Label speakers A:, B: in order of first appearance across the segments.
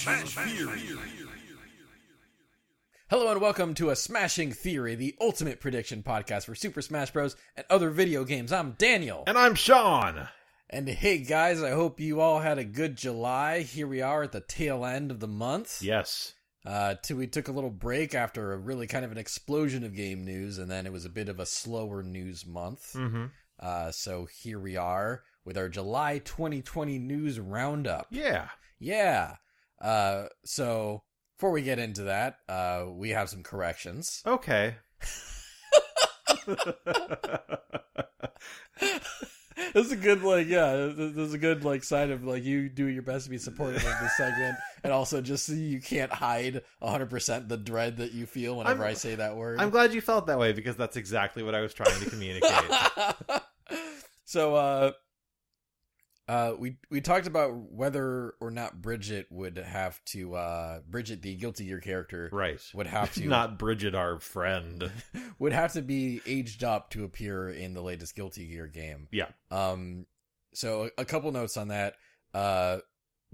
A: Theory.
B: Hello and welcome to a Smashing Theory, the ultimate prediction podcast for Super Smash Bros. and other video games. I'm Daniel.
A: And I'm Sean.
B: And hey guys, I hope you all had a good July. Here we are at the tail end of the month.
A: Yes.
B: Uh, t- we took a little break after a really kind of an explosion of game news, and then it was a bit of a slower news month.
A: Mm-hmm.
B: Uh, so here we are with our July 2020 news roundup.
A: Yeah.
B: Yeah. Uh, so before we get into that, uh, we have some corrections.
A: Okay.
B: That's a good like yeah. That's a good like sign of like you do your best to be supportive of this segment, and also just so you can't hide hundred percent the dread that you feel whenever
A: I'm-
B: i say that word.
A: I'm glad you felt that way because that's exactly what I was trying to communicate.
B: so uh, uh, we we talked about whether or not Bridget would have to uh, Bridget the guilty year character
A: right.
B: would have to
A: Not Bridget, our friend.
B: would have to be aged up to appear in the latest Guilty Gear game.
A: Yeah.
B: Um. So a couple notes on that. Uh,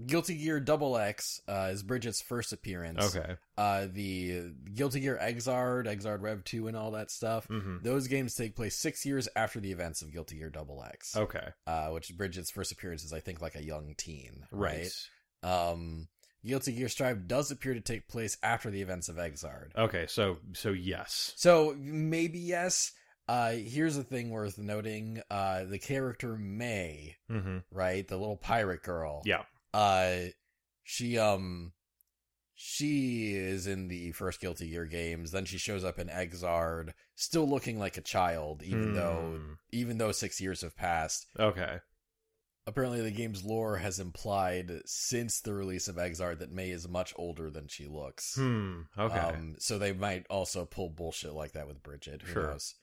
B: Guilty Gear Double X uh, is Bridget's first appearance.
A: Okay.
B: Uh, the Guilty Gear Exard, Exard Rev Two, and all that stuff.
A: hmm
B: Those games take place six years after the events of Guilty Gear Double X,
A: Okay.
B: uh, which Bridget's first appearance is, I think, like a young teen.
A: Right.
B: Um. Guilty Gear Strive does appear to take place after the events of Exard.
A: Okay. So so yes.
B: So maybe yes. Uh, here's a thing worth noting: uh, the character May,
A: Mm-hmm.
B: right, the little pirate girl.
A: Yeah.
B: Uh, she um, she is in the first Guilty Gear games. Then she shows up in Exard, still looking like a child, even
A: Hmm.
B: though even though six years have passed.
A: though. Okay.
B: Apparently, the game's lore has implied since the release of Exard that May is much older than she looks.
A: Hmm. Okay.
B: Um, so they might also pull bullshit like that with Bridget. Who
A: Sure.
B: knows?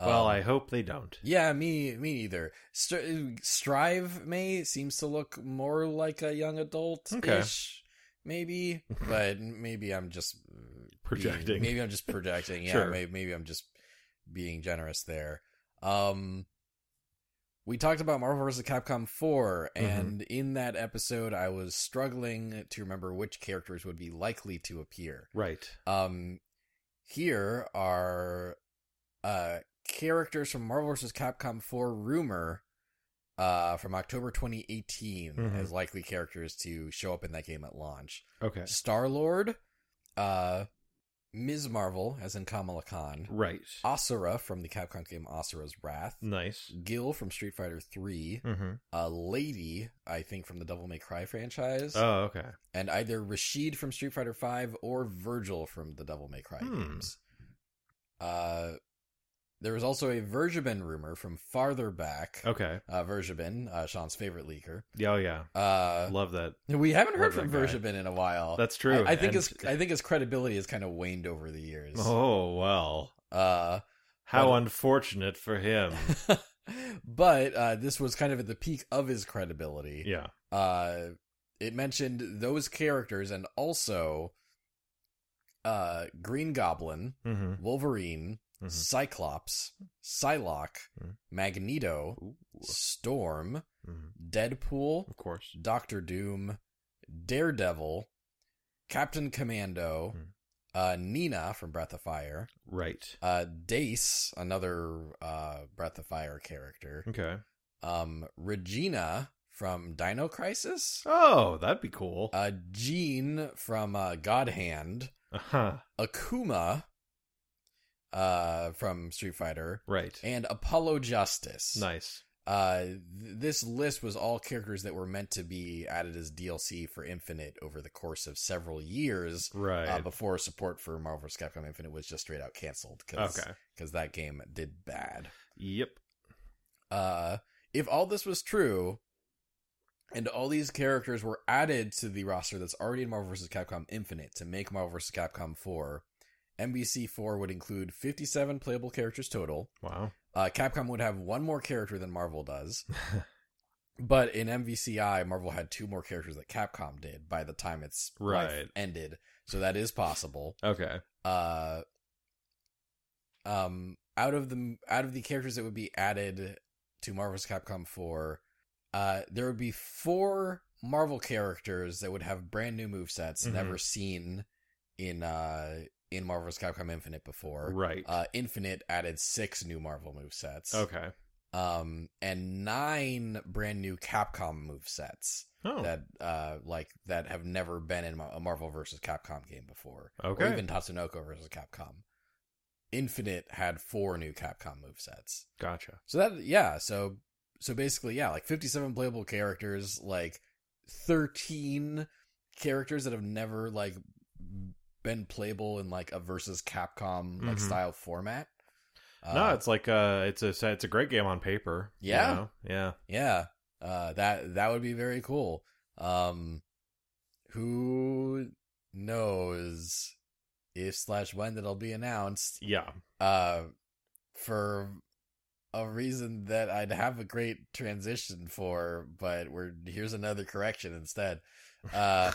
A: well,
B: Um,
A: I hope they don't.
B: Yeah, me, me neither. Stri- Strive May seems to look more like a young adult ish, maybe. But maybe I'm just uh,
A: Projecting.
B: being- maybe I'm just projecting. Yeah,
A: Sure.
B: may- maybe, I'm just being generous there. Um, we talked about Marvel vs. Capcom 4,
A: Mm-hmm.
B: and in that episode, I was struggling to remember which characters would be likely to appear.
A: Right.
B: Um, here are uh characters from Marvel vs. Capcom 4 rumor uh from October 2018
A: Mhm.
B: as likely characters to show up in that game at launch.
A: Okay.
B: Star Lord, uh, Ms. Marvel, as in Kamala Khan,
A: Right.
B: uh, Asura from the Capcom game Asura's Wrath,
A: Nice.
B: Gil from Street Fighter 3,
A: Mm-hmm.
B: a Lady, I think from the Devil May Cry franchise,
A: Oh, okay.
B: and either Rashid from Street Fighter Five or Virgil from the Devil May Cry
A: Hmm.
B: games. Uh, there was also a Verjabin rumor from farther back.
A: Okay.
B: Uh, Verjabin, uh, Sean's favorite leaker.
A: Yeah, oh, yeah.
B: Uh,
A: Love that.
B: we haven't heard from
A: love that guy.
B: Verjabin in a while.
A: That's true.
B: I, I think
A: And-
B: his I think his credibility has kind of waned over the years.
A: Oh well.
B: Uh,
A: How
B: But-
A: unfortunate for him.
B: but uh, this was kind of at the peak of his credibility.
A: yeah.
B: uh it mentioned those characters and also uh green goblin
A: Mm-hmm.
B: wolverine
A: Mhm.
B: cyclops psylocke
A: Mhm.
B: magneto storm
A: Mm-hmm.
B: deadpool
A: Of course.
B: doctor doom daredevil captain commando
A: Mhm.
B: uh nina from breath of fire
A: Right.
B: uh dace another uh breath of fire character
A: Okay.
B: um regina from dino crisis
A: Oh, that'd be cool.
B: uh, Gene from uh, God Hand,
A: Uh-huh.
B: Akuma uh, from Street Fighter,
A: Right.
B: and Apollo Justice.
A: Nice.
B: Uh, th- this list was all characters that were meant to be added as DLC for Infinite over the course of several years.
A: Right.
B: Uh, before support for Marvel vs. Capcom Infinite was just straight out canceled because
A: okay.
B: that game did bad.
A: Yep.
B: Uh, if all this was true, and all these characters were added to the roster that's already in Marvel vs. Capcom Infinite to make Marvel vs. Capcom 4, MBC 4 would include 57 playable characters total.
A: Wow.
B: Uh, Capcom would have one more character than Marvel does. But in MVCI, Marvel had two more characters that Capcom did by the time its life
A: Right.
B: ended. So that is possible
A: Okay.
B: uh um out of the out of the characters that would be added to Marvel's Capcom 4 uh, there would be four Marvel characters that would have brand new movesets
A: Mhm.
B: never seen in uh, in Marvel's Capcom Infinite before.
A: Right.
B: Uh, Infinite added six new Marvel movesets.
A: okay.
B: Um, and nine brand new Capcom movesets
A: Oh.
B: that uh like that have never been in Mar- a Marvel versus Capcom game before, or
A: Okay.
B: even Tatsunoko versus Capcom. Infinite had four new Capcom movesets.
A: gotcha.
B: So that yeah, so so basically yeah, like 57 playable characters, like 13 characters that have never like been playable in like a versus Capcom like
A: Mhm.
B: style format.
A: no,
B: Uh,
A: it's like uh, it's a it's a great game on paper. you
B: Yeah.
A: know? Yeah.
B: Yeah. Uh that that would be very cool. Um who knows if slash when that'll be announced.
A: Yeah.
B: Uh for a reason that I'd have a great transition for, but we're here's another correction instead. Uh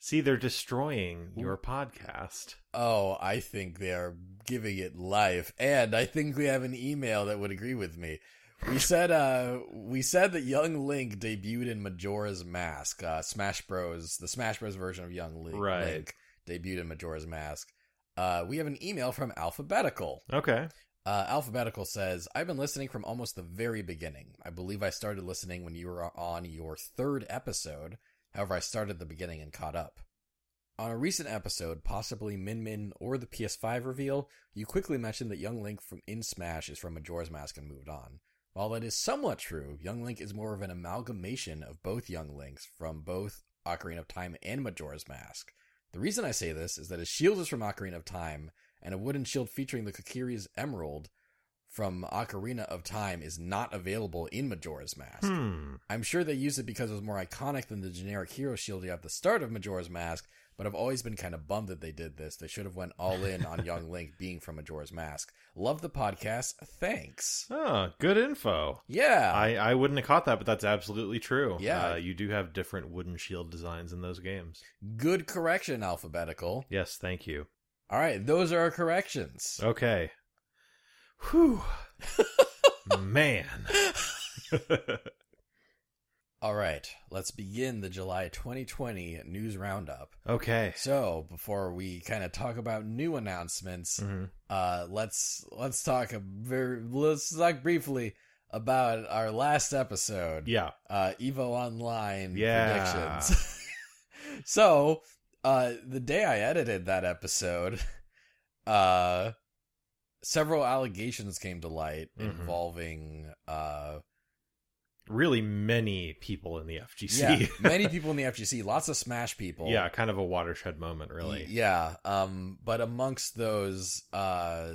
A: See, they're destroying your podcast.
B: oh, I think they are giving it life. And I think we have an email that would agree with me. We said uh we said that Young Link debuted in Majora's Mask, uh Smash Bros, the Smash Bros version of Young Link,
A: Right.
B: Link debuted in Majora's Mask. Uh we have an email from Alphabetical.
A: Okay.
B: Uh, Alphabetical says, I've been listening from almost the very beginning. I believe I started listening when you were on your third episode. However, I started at the beginning and caught up. On a recent episode, possibly Min Min or the PS5 reveal, you quickly mentioned that Young Link from In Smash is from Majora's Mask and moved on. While that is somewhat true, Young Link is more of an amalgamation of both Young Links from both Ocarina of Time and Majora's Mask. The reason I say this is that his shield is from Ocarina of Time, and a wooden shield featuring the Kokiri's emerald from Ocarina of Time is not available in Majora's Mask.
A: Hmm.
B: I'm sure they used it because it was more iconic than the generic hero shield you have at the start of Majora's Mask, but I've always been kind of bummed that they did this. They should have went all in on Young Link being from Majora's Mask. Love the podcast. Thanks.
A: Oh, good info.
B: Yeah.
A: I, I wouldn't have caught that, but that's absolutely true.
B: Yeah.
A: Uh, you do have different wooden shield designs in those games.
B: Good correction, alphabetical.
A: Yes, thank you.
B: All right, those are our corrections.
A: Okay. Whew. Man.
B: All right, let's begin the July 2020 news roundup.
A: okay.
B: So, before we kind of talk about new announcements,
A: Mhm.
B: uh let's let's talk a very let's talk briefly about our last episode
A: Yeah.
B: uh evo online
A: Yeah.
B: predictions so uh the day i edited that episode uh several allegations came to light
A: Mhm.
B: involving uh
A: Really many people in the
B: yeah
A: FGC.
B: many people in the fgc lots of smash people
A: yeah, kind of a watershed moment, really.
B: Y- Yeah. Um, but amongst those, uh,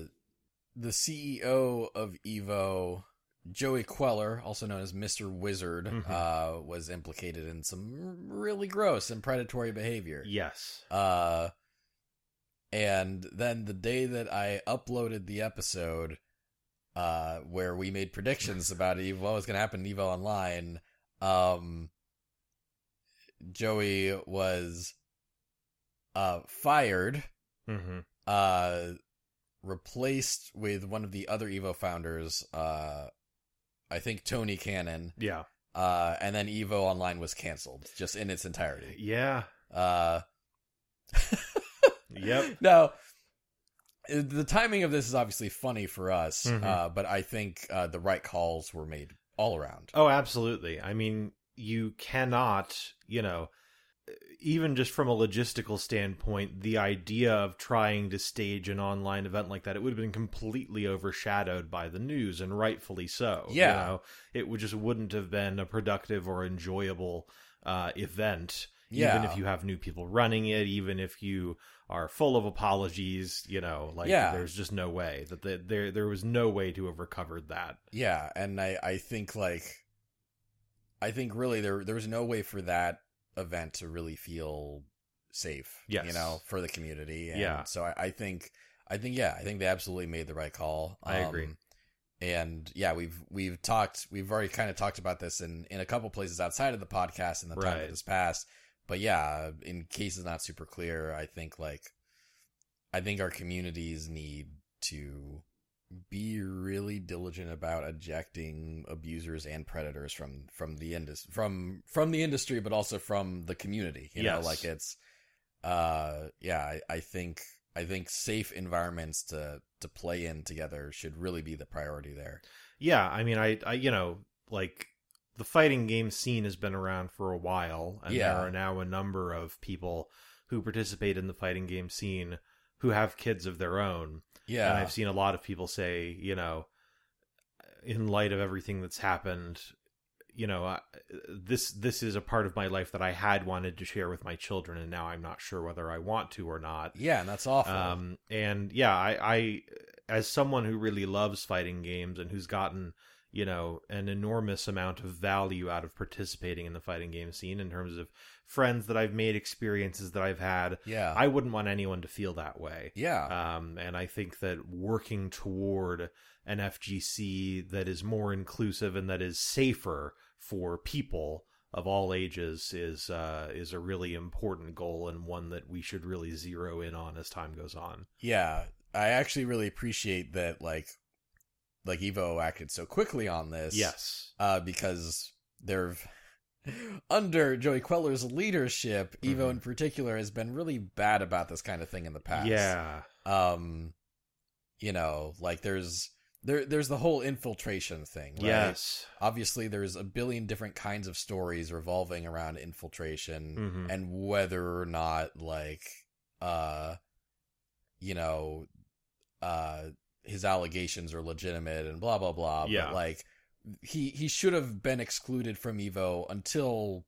B: the CEO of Evo, Joey Queller, also known as Mr. Wizard,
A: Mhm.
B: uh, was implicated in some really gross and predatory behavior.
A: Yes.
B: Uh, and then the day that I uploaded the episode, uh, where we made predictions about Evo, what was going to happen in Evo Online, um, Joey was uh, fired,
A: hmm
B: uh, replaced with one of the other Evo founders, uh, I think Tony Cannon,
A: Yeah.
B: uh, and then Evo Online was canceled just in its entirety.
A: Yeah.
B: Uh,
A: Yep.
B: now, uh, the timing of this is obviously funny for us,
A: Mhm.
B: uh, but I think uh, the right calls were made all around.
A: Oh, absolutely. I mean, you cannot, you know, even just from a logistical standpoint, the idea of trying to stage an online event like that, it would have been completely overshadowed by the news, and rightfully so.
B: Yeah.
A: You know, it would just wouldn't have been a productive or enjoyable uh, event.
B: yeah,
A: Even if you have new people running it, even if you are full of apologies, you know, like
B: Yeah.
A: there's just no way that the, there there was no way to have recovered that.
B: yeah, and I, I think like, I think really there there was no way for that event to really feel safe.
A: Yes.
B: you know, for the community. And
A: Yeah.
B: So I, I think, I think, yeah, I think they absolutely made the right call. Um,
A: I agree.
B: And yeah, we've we've talked, we've already kind of talked about this in in a couple places outside of the podcast in the time that
A: Right.
B: has passed. But yeah, in case it's not super clear, I think like, I think our communities need to be really diligent about ejecting abusers and predators from from the indus from from the industry, but also from the community. You know,
A: Yes.
B: like it's uh yeah, I, I think I think safe environments to to play in together should really be the priority there.
A: Yeah, I mean, I, I, you know, like the fighting game scene has been around for a while, and
B: Yeah.
A: there are now a number of people who participate in the fighting game scene who have kids of their own.
B: Yeah.
A: And I've seen a lot of people say, you know, in light of everything that's happened, you know, I, this this is a part of my life that I had wanted to share with my children, and now I'm not sure whether I want to or not.
B: yeah, and that's awful.
A: Um, and yeah, I, I, as someone who really loves fighting games and who's gotten, you know, an enormous amount of value out of participating in the fighting game scene in terms of friends that I've made, experiences that I've had,
B: yeah.
A: I wouldn't want anyone to feel that way.
B: yeah.
A: Um, and I think that working toward an FGC that is more inclusive and that is safer for people of all ages is uh, is a really important goal and one that we should really zero in on as time goes on.
B: Yeah, I actually really appreciate that. Like, like Evo acted so quickly on this.
A: Yes.
B: uh, because they're under Joey Queller's leadership. Evo
A: Mhm.
B: in particular has been really bad about this kind of thing in the past.
A: Yeah.
B: um, you know, like there's there there's the whole infiltration thing. Right?
A: Yes.
B: obviously there's a billion different kinds of stories revolving around infiltration
A: Mhm.
B: and whether or not like uh you know uh his allegations are legitimate and blah blah blah
A: Yeah.
B: but like he he should have been excluded from evo until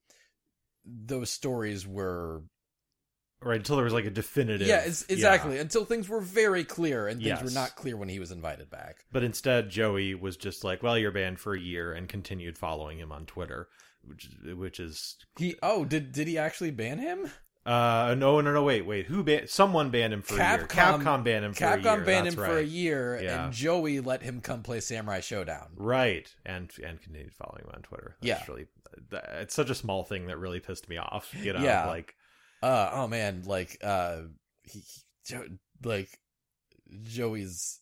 B: those stories were
A: Right until there was like a definitive.
B: yeah it's, exactly until things were very clear and things were
A: Yes.
B: not clear when he was invited back
A: But instead, Joey was just like, "Well, you're banned for a year," and continued following him on Twitter, which which is
B: he oh did did he actually ban him
A: Uh, no, no, no, wait, wait. Who banned? Someone banned him for a year.
B: Capcom-
A: Capcom banned him for a year.
B: Capcom banned
A: That's
B: him
A: right.
B: for a year,
A: Yeah.
B: and Joey let him come play Samurai Showdown.
A: Right, and and continued following him on Twitter. That's
B: Yeah.
A: really, that, it's such a small thing that really pissed me off. You know,
B: Yeah.
A: like
B: Uh, oh man, like uh, he, he- Jo- like Joey's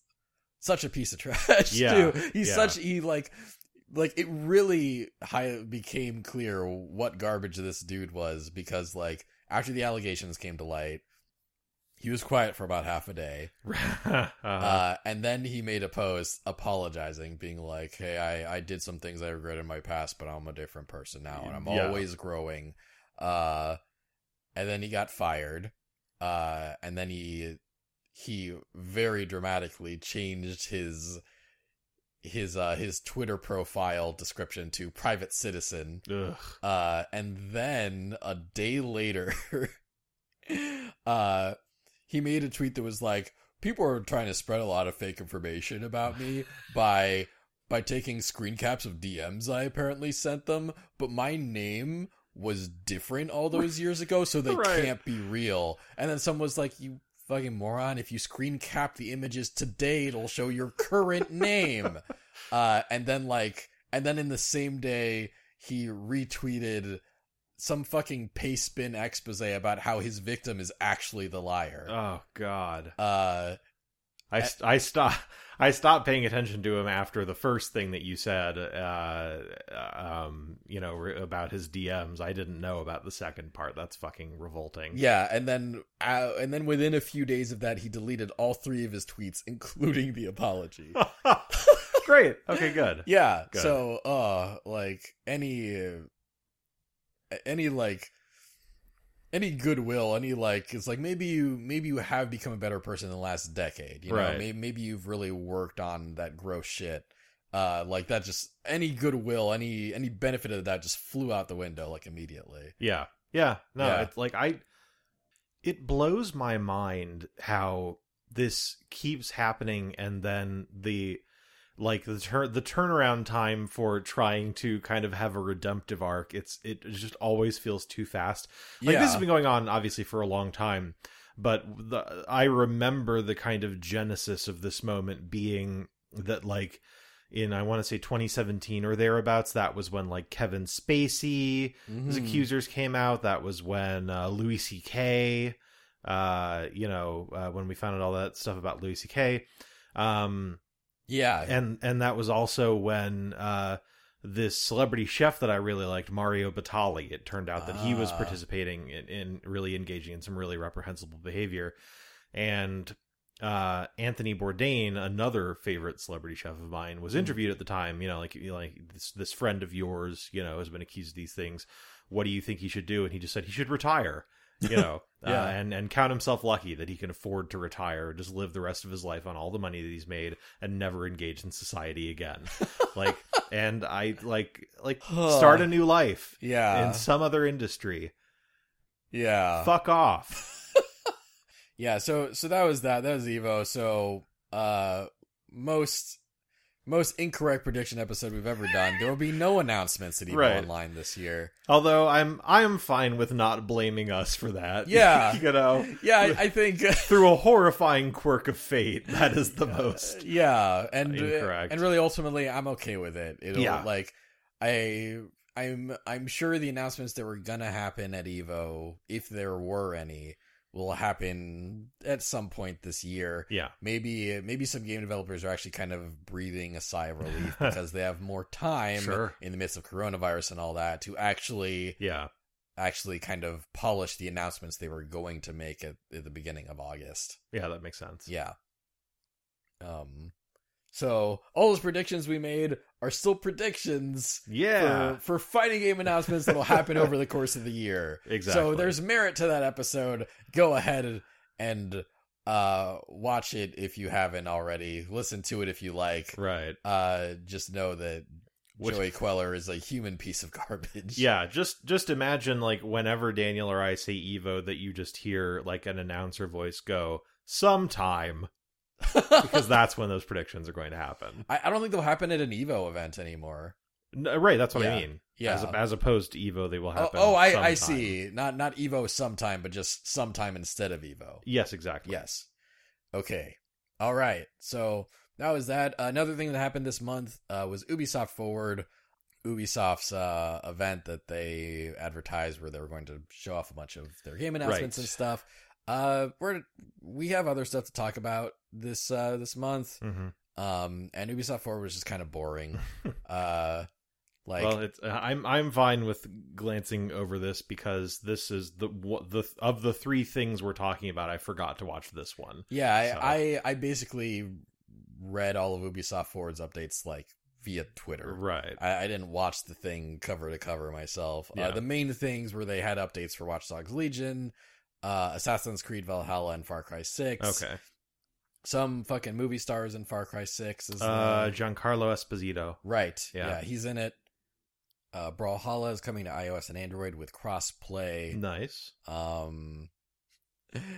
B: such a piece of trash.
A: Yeah,
B: too. he's
A: yeah.
B: such he like like it really high became clear what garbage this dude was because like after the allegations came to light, he was quiet for about half a day.
A: uh,
B: Uh, and then he made a post apologizing, being like, "Hey, I, I did some things I regret in my past, but I'm a different person now, and I'm
A: Yeah.
B: always growing." Uh, and then he got fired. Uh, and then he he very dramatically changed his his uh his Twitter profile description to private citizen.
A: ugh.
B: Uh, and then a day later, uh, he made a tweet that was like, "People are trying to spread a lot of fake information about me by by taking screen caps of DMs I apparently sent them, but my name." was different all those years ago so they
A: Right.
B: can't be real and then someone was like you fucking moron if you screen cap the images today it'll show your current name uh, and then like, and then in the same day, he retweeted some fucking paste spin expose about how his victim is actually the liar.
A: oh god.
B: Uh,
A: I st- I stop I stopped paying attention to him after the first thing that you said. Uh, um, you know re- about his DMs. I didn't know about the second part. That's fucking revolting.
B: yeah, and then, uh, and then within a few days of that, he deleted all three of his tweets, including the apology.
A: Great. Okay. Good.
B: yeah,
A: Good.
B: so, uh, like any, uh, any like. Any goodwill, any like, it's like maybe you maybe you have become a better person in the last decade. You know,
A: Right.
B: maybe, maybe you've really worked on that gross shit. Uh, like that just any goodwill, any any benefit of that just flew out the window like immediately.
A: Yeah. Yeah. No,
B: Yeah.
A: it's like I it blows my mind how this keeps happening and then the like the tur- the turnaround time for trying to kind of have a redemptive arc it's it just always feels too fast. Like
B: yeah,
A: this has been going on obviously for a long time, but the, I remember the kind of genesis of this moment being that like in I want to say 2017 or thereabouts that was when like Kevin Spacey his
B: Mhm.
A: accusers came out. That was when uh, Louis C.K. Uh, you know, uh, when we found out all that stuff about Louis C.K. Um,
B: Yeah.
A: and and that was also when uh this celebrity chef that I really liked, Mario Batali, it turned out that he was
B: Ah.
A: participating in, in really engaging in some really reprehensible behavior, and uh Anthony Bourdain, another favorite celebrity chef of mine, was
B: Mm.
A: interviewed at the time. You know, like you know, like this this friend of yours, you know, has been accused of these things. What do you think he should do? And he just said he should retire. You know,
B: Yeah.
A: uh, and and count himself lucky that he can afford to retire, just live the rest of his life on all the money that he's made, and never engage in society again. like, and I like like
B: Huh.
A: start a new life
B: yeah.
A: in some other industry.
B: yeah.
A: Fuck off.
B: Yeah, so so that was that. That was Evo. So uh most most incorrect prediction episode we've ever done. There will be no announcements at Evo
A: Right.
B: Online this year.
A: Although I'm I'm fine with not blaming us for that.
B: Yeah.
A: you know,
B: Yeah, I, I think
A: through a horrifying quirk of fate, that is the
B: Uh,
A: most.
B: yeah, and uh,
A: Incorrect.
B: and really ultimately I'm okay with it. It'll
A: Yeah.
B: like I I'm I'm sure the announcements that were gonna happen at Evo, if there were any, will happen at some point this year.
A: Yeah,
B: maybe maybe some game developers are actually kind of breathing a sigh of relief because they have more time
A: Sure.
B: in the midst of coronavirus and all that to actually
A: yeah.
B: actually kind of polish the announcements they were going to make at, at the beginning of August.
A: Yeah, that makes sense.
B: Yeah. Um so all those predictions we made are still predictions
A: Yeah.
B: for, for fighting game announcements that'll happen over the course of the year. So
A: Exactly.
B: there's merit to that episode. Go ahead and uh watch it if you haven't already. Listen to it if you like.
A: right.
B: Uh just know that
A: Which-
B: Joey Queller is a human piece of garbage.
A: Yeah, just just imagine like whenever Daniel or I say Evo that you just hear like an announcer voice go sometime because that's when those predictions are going to happen.
B: I, I don't think they'll happen at an Evo event anymore.
A: No, right, that's what I
B: Yeah.
A: mean.
B: Yeah.
A: As, as opposed to Evo, they will
B: Oh,
A: happen.
B: oh, I, I
A: sometime.
B: see. Not not Evo sometime, but just sometime instead of Evo.
A: Yes, exactly.
B: Yes. Okay. All right. So that was that. Another thing that happened this month uh, was Ubisoft Forward, Ubisoft's uh, event that they advertised where they were going to show off a bunch of their game announcements
A: Right.
B: and stuff. Uh, we're we have other stuff to talk about this uh, this month.
A: Mm-hmm.
B: Um, and Ubisoft Forward was just kind of boring. uh, like
A: well, it's uh, I'm I'm fine with glancing over this because this is the what the of the three things we're talking about. I forgot to watch this one.
B: Yeah, I,
A: So-
B: I I basically read all of Ubisoft Forward's updates like via Twitter.
A: Right.
B: I, I didn't watch the thing cover to cover myself.
A: Yeah.
B: Uh, the main things were they had updates for Watch Dogs Legion, uh, Assassin's Creed Valhalla, and Far Cry Six.
A: Okay.
B: Some fucking movie stars in Far Cry Six is
A: Uh,
B: uh,
A: Giancarlo Esposito.
B: right.
A: yeah.
B: Yeah. he's in it. Uh, Brawlhalla is coming to iOS and Android with cross play.
A: Nice.
B: Um,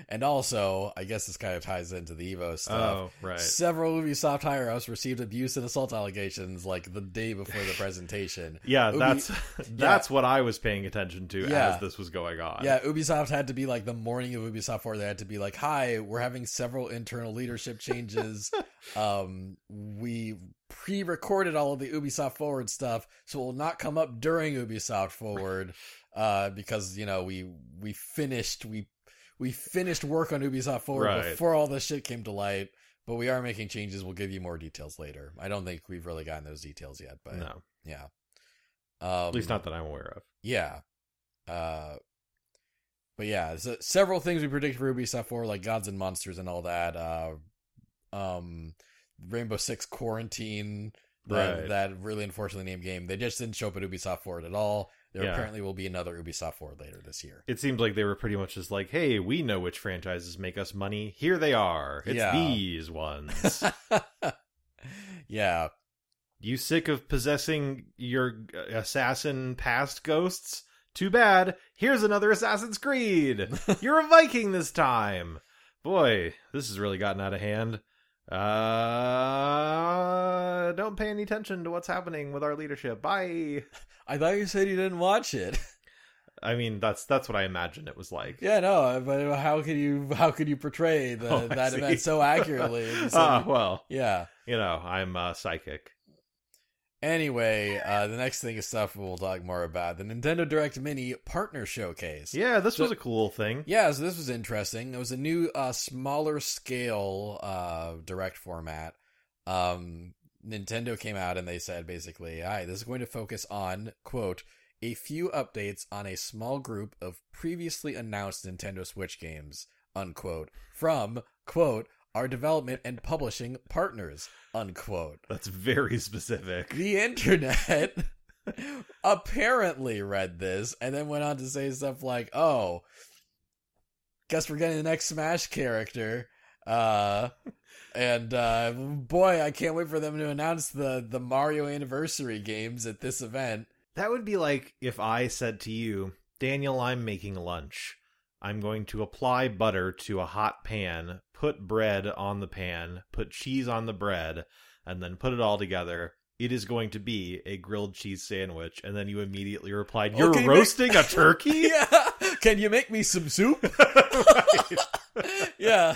B: and also, I guess this kind of ties into the Evo stuff.
A: Oh, right.
B: Several Ubisoft higher ups received abuse and assault allegations like the day before the presentation.
A: Yeah,
B: Ubi-
A: that's that's what I was paying attention to
B: Yeah.
A: as this was going on.
B: yeah, Ubisoft had to be like the morning of Ubisoft 4, they had to be like, Hi, we're having several internal leadership changes. um, we pre recorded all of the Ubisoft Forward stuff, so it will not come up during Ubisoft Forward uh, because, you know, we we finished, we we finished work on Ubisoft Forward
A: Right.
B: before all this shit came to light. But we are making changes. We'll give you more details later. I don't think we've really gotten those details yet, but
A: no,
B: yeah. Um,
A: at least not that I'm aware of.
B: Yeah. Uh, but yeah, so several things we predicted for Ubisoft 4, like Gods and Monsters and all that. Uh, um, Rainbow Six Quarantine, that,
A: Right.
B: that really unfortunately named game. They just didn't show up at Ubisoft 4 at all. There
A: Yeah.
B: apparently will be another Ubisoft 4 later this year.
A: It seems like they were pretty much just like, "Hey, we know which franchises make us money. Here they are. It's
B: Yeah.
A: these ones."
B: yeah.
A: you sick of possessing your uh, assassin past ghosts? Too bad. Here's another Assassin's Creed. You're a Viking this time. Boy, this has really gotten out of hand. Uh, don't pay any attention to what's happening with our leadership. Bye.
B: I thought you said you didn't watch it.
A: I mean, that's that's what I imagine it was like.
B: yeah, no, but how could you how could you portray the,
A: Oh, I
B: that
A: see.
B: event so accurately? and so-
A: Ah, well,
B: yeah.
A: you know, I'm uh, psychic.
B: Anyway, uh, the next thing is stuff we'll talk more about the Nintendo Direct Mini Partner Showcase.
A: Yeah, this
B: So-
A: was a cool thing.
B: Yeah, so this was interesting. It was a new, uh, smaller scale uh, Direct format Um, Nintendo came out and they said basically, "All right, this is going to focus on quote a few updates on a small group of previously announced Nintendo Switch games." Unquote from quote our development and publishing partners unquote.
A: That's very specific.
B: The internet apparently read this and then went on to say stuff like, "Oh, guess we're getting the next Smash character." Uh and uh boy, I can't wait for them to announce the the Mario anniversary games at this event.
A: That would be like if I said to you, Daniel, I'm making lunch. I'm going to apply butter to a hot pan, put bread on the pan, put cheese on the bread, and then put it all together. It is going to be a grilled cheese sandwich. And then you immediately replied, You're
B: Okay, but-
A: roasting a turkey?
B: yeah. Can you make me some soup? yeah.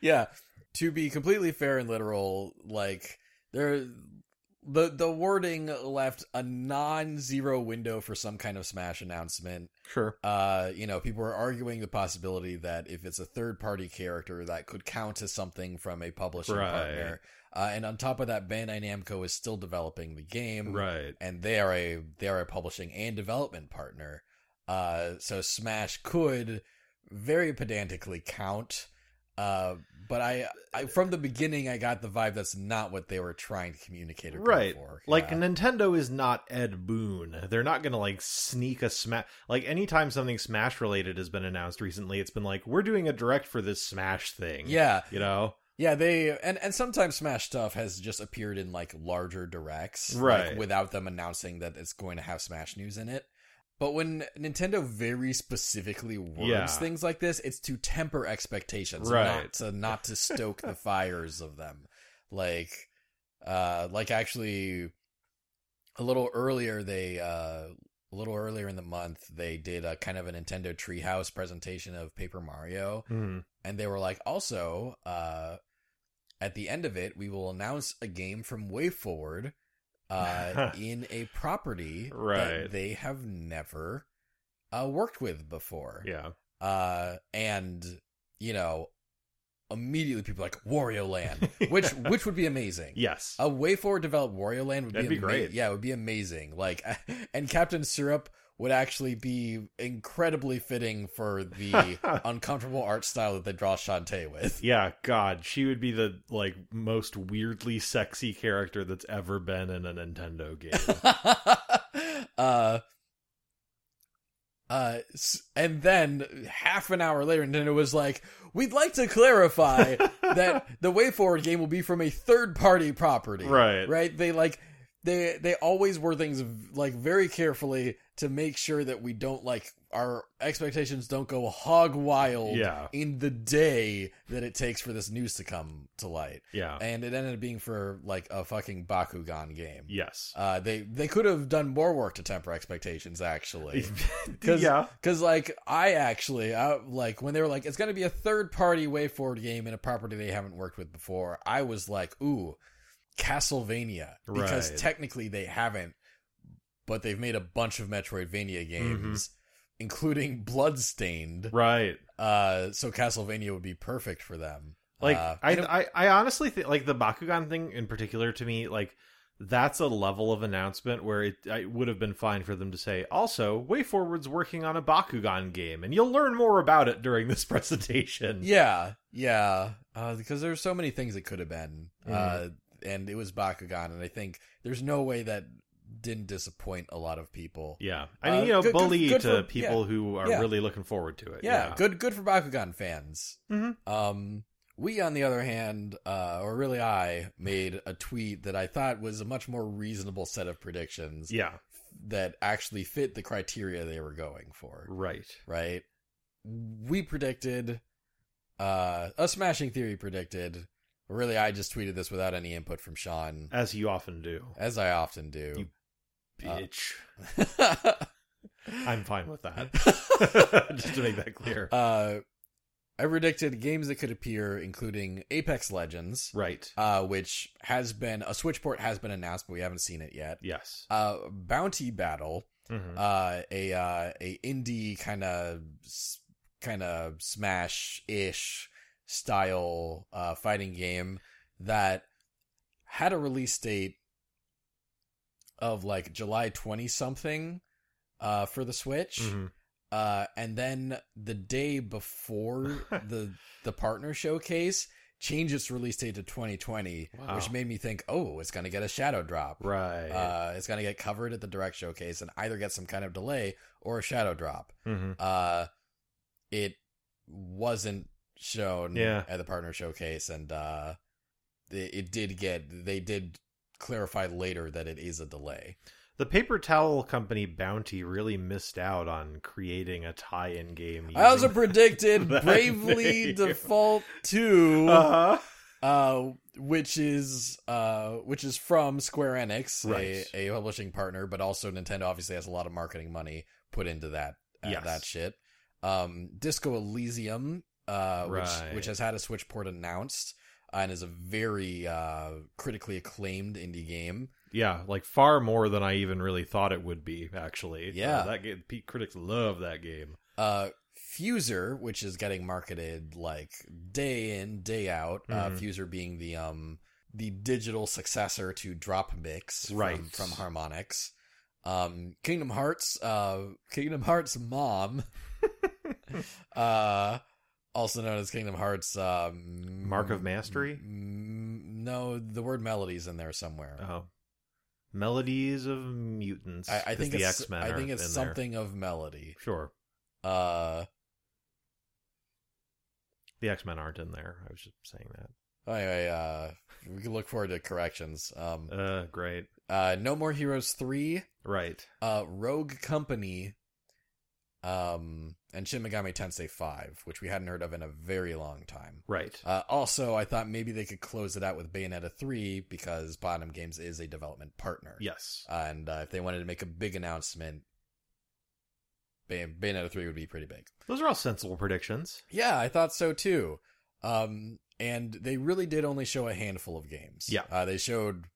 B: yeah. To be completely fair and literal, like there the the wording left a non-zero window for some kind of smash announcement.
A: Sure.
B: Uh, you know, people are arguing the possibility that if it's a third-party character that could count as something from a publishing
A: Right.
B: partner. Uh, and on top of that, Bandai Namco is still developing the game
A: Right.
B: and they are a they are a publishing and development partner. Uh, so Smash could very pedantically count, uh, but I, I from the beginning I got the vibe that's not what they were trying to communicate or go
A: Right.
B: for.
A: Like
B: Yeah.
A: Nintendo is not Ed Boon. They're not gonna like sneak a smash. Like anytime something Smash related has been announced recently, it's been like we're doing a direct for this Smash thing.
B: yeah,
A: you know.
B: yeah, they and and sometimes Smash stuff has just appeared in like larger directs, like,
A: Right.
B: without them announcing that it's going to have Smash news in it. But when Nintendo very specifically words
A: Yeah.
B: things like this, it's to temper expectations,
A: Right.
B: Not to not to stoke the fires of them. Like, uh, like actually, a little earlier they uh, a little earlier in the month they did a kind of a Nintendo Treehouse presentation of Paper Mario,
A: Mhm.
B: and they were like also uh at the end of it we will announce a game from wayforward uh in a property
A: Right.
B: that they have never uh worked with before
A: Yeah.
B: uh and you know immediately people are like wario land which which would be amazing
A: Yes.
B: a way forward developed Wario Land would
A: That'd
B: be,
A: be
B: ama-
A: great.
B: Yeah, it would be amazing. Like, and Captain Syrup would actually be incredibly fitting for the uncomfortable art style that they draw Shantae with.
A: Yeah, God, she would be the like most weirdly sexy character that's ever been in a Nintendo game.
B: uh, uh, s- and then half an hour later, Nintendo was like, "We'd like to clarify that the way forward game will be from a third party property."
A: Right.
B: right they like they they always word things like very carefully to make sure that we don't like our expectations don't go hog wild
A: Yeah.
B: in the day that it takes for this news to come to light
A: Yeah.
B: and it ended up being for like a fucking bakugan game
A: Yes.
B: uh they they could have done more work to temper expectations actually Cause,
A: yeah.
B: Cause like I actually, I, like when they were like, it's gonna be a third party way forward game in a property they haven't worked with before. I was like, ooh, Castlevania, because
A: Right.
B: technically they haven't, but they've made a bunch of Metroidvania games,
A: Mm-hmm.
B: including Bloodstained.
A: Right.
B: Uh, so Castlevania would be perfect for them.
A: Like
B: Uh,
A: I,
B: and it-
A: I I honestly think like the Bakugan thing in particular to me like that's a level of announcement where it, it would have been fine for them to say also WayForward's working on a Bakugan game and you'll learn more about it during this presentation.
B: Yeah, yeah. Uh, because there's so many things it could have been. Uh,
A: Mhm.
B: and it was Bakugan, and I think there's no way that didn't disappoint a lot of people.
A: Yeah. I
B: Uh,
A: mean, you know,
B: good- good-
A: bully
B: good
A: to
B: for-
A: people who are
B: yeah.
A: really looking forward to it.
B: Yeah, good good for Bakugan fans.
A: Mhm.
B: Um, we, on the other hand, uh, or really I, made a tweet that I thought was a much more reasonable set of predictions
A: Yeah.
B: that actually fit the criteria they were going for.
A: Right.
B: Right? We predicted, uh, a smashing theory predicted. or Really, I just tweeted this without any input from Sean,
A: As you often do.
B: as I often do. Uh,
A: Bitch. I'm fine with that. Just to make that clear.
B: Uh, I predicted games that could appear, including Apex Legends,
A: right.
B: uh, which has been a Switch port has been announced, but we haven't seen it yet.
A: Yes.
B: Uh, Bounty Battle,
A: Mhm.
B: uh, a uh, a indie kind of kind of smash ish style uh, fighting game that had a release date of like July 20 something uh, for the Switch.
A: Mhm.
B: Uh, and then the day before the the partner showcase changed its release date to 2020,
A: Wow.
B: which made me think, oh, it's gonna get a shadow drop.
A: Right.
B: Uh, it's gonna get covered at the direct showcase and either get some kind of delay or a shadow drop.
A: hmm
B: Uh, it wasn't shown
A: Yeah.
B: at the partner showcase, and uh, it, it did get they did clarify later that it is a delay.
A: The paper towel company Bounty really missed out on creating a tie-in game.
B: I also
A: using-
B: predicted
A: That
B: Bravely
A: name.
B: Default Two.
A: Uh-huh.
B: uh, which is uh, which is from Square Enix,
A: Right.
B: a, a publishing partner, but also Nintendo obviously has a lot of marketing money put into that uh,
A: Yes.
B: that shit. Um, Disco Elysium, uh,
A: Right.
B: which which has had a Switch port announced uh, and is a very uh, critically acclaimed indie game.
A: Yeah, like far more than I even really thought it would be. Actually,
B: Yeah.
A: Uh, that game, Pete critics love that game.
B: Uh, Fuser, which is getting marketed like day in day out. Uh,
A: Mhm.
B: Fuser being the um the digital successor to Drop Mix from,
A: Right.
B: from Harmonix. Um, Kingdom Hearts, uh, Kingdom Hearts Mom, uh, also known as Kingdom Hearts um,
A: Mark of Mastery?
B: M- no, the word melody's in there somewhere.
A: Oh, melodies of mutants.
B: I, I
A: 'cause
B: think
A: the
B: it's
A: X Men.
B: I think it's
A: in
B: something of melody.
A: There. Sure,
B: Uh,
A: the X Men aren't in there. I was just saying that.
B: Anyway, uh, we can look forward to corrections. Um,
A: Uh, great.
B: uh, No More Heroes three,
A: Right.
B: uh, Rogue Company, um, and Shin Megami Tensei five, which we hadn't heard of in a very long time.
A: Right.
B: Uh, also, I thought maybe they could close it out with Bayonetta three because Bottom Games is a development partner.
A: yes.
B: and uh, if they wanted to make a big announcement, Bay- Bayonetta three would be pretty big.
A: Those are all sensible predictions.
B: Yeah, I thought so too. Um, and they really did only show a handful of games.
A: Yeah.
B: uh, they showed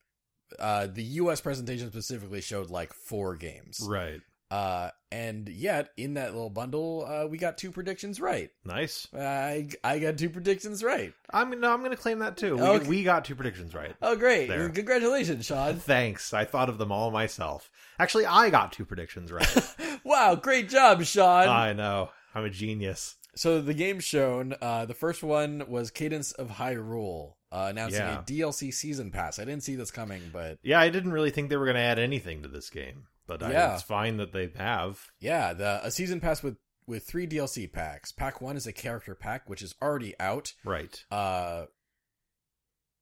B: uh, the U.S. presentation specifically showed like four games.
A: Right.
B: Uh, and yet in that little bundle, uh, we got two predictions right.
A: Nice.
B: I I got two predictions right.
A: I'm no. I'm going to claim that too. We,
B: Okay.
A: we got two predictions right.
B: Oh, great!
A: There.
B: Congratulations, Sean.
A: Thanks. I thought of them all myself. Actually, I got two predictions right.
B: wow, great job, Sean.
A: I know. I'm a genius.
B: So the games shown, uh, the first one was Cadence of Hyrule, uh, announcing
A: Yeah.
B: a DLC season pass. I didn't see this coming, but
A: Yeah, I didn't really think they were going to add anything to this game, but I,
B: Yeah.
A: it's fine that they have.
B: Yeah, the a season pass with with three DLC packs. Pack one is a character pack which is already out,
A: Right.
B: uh,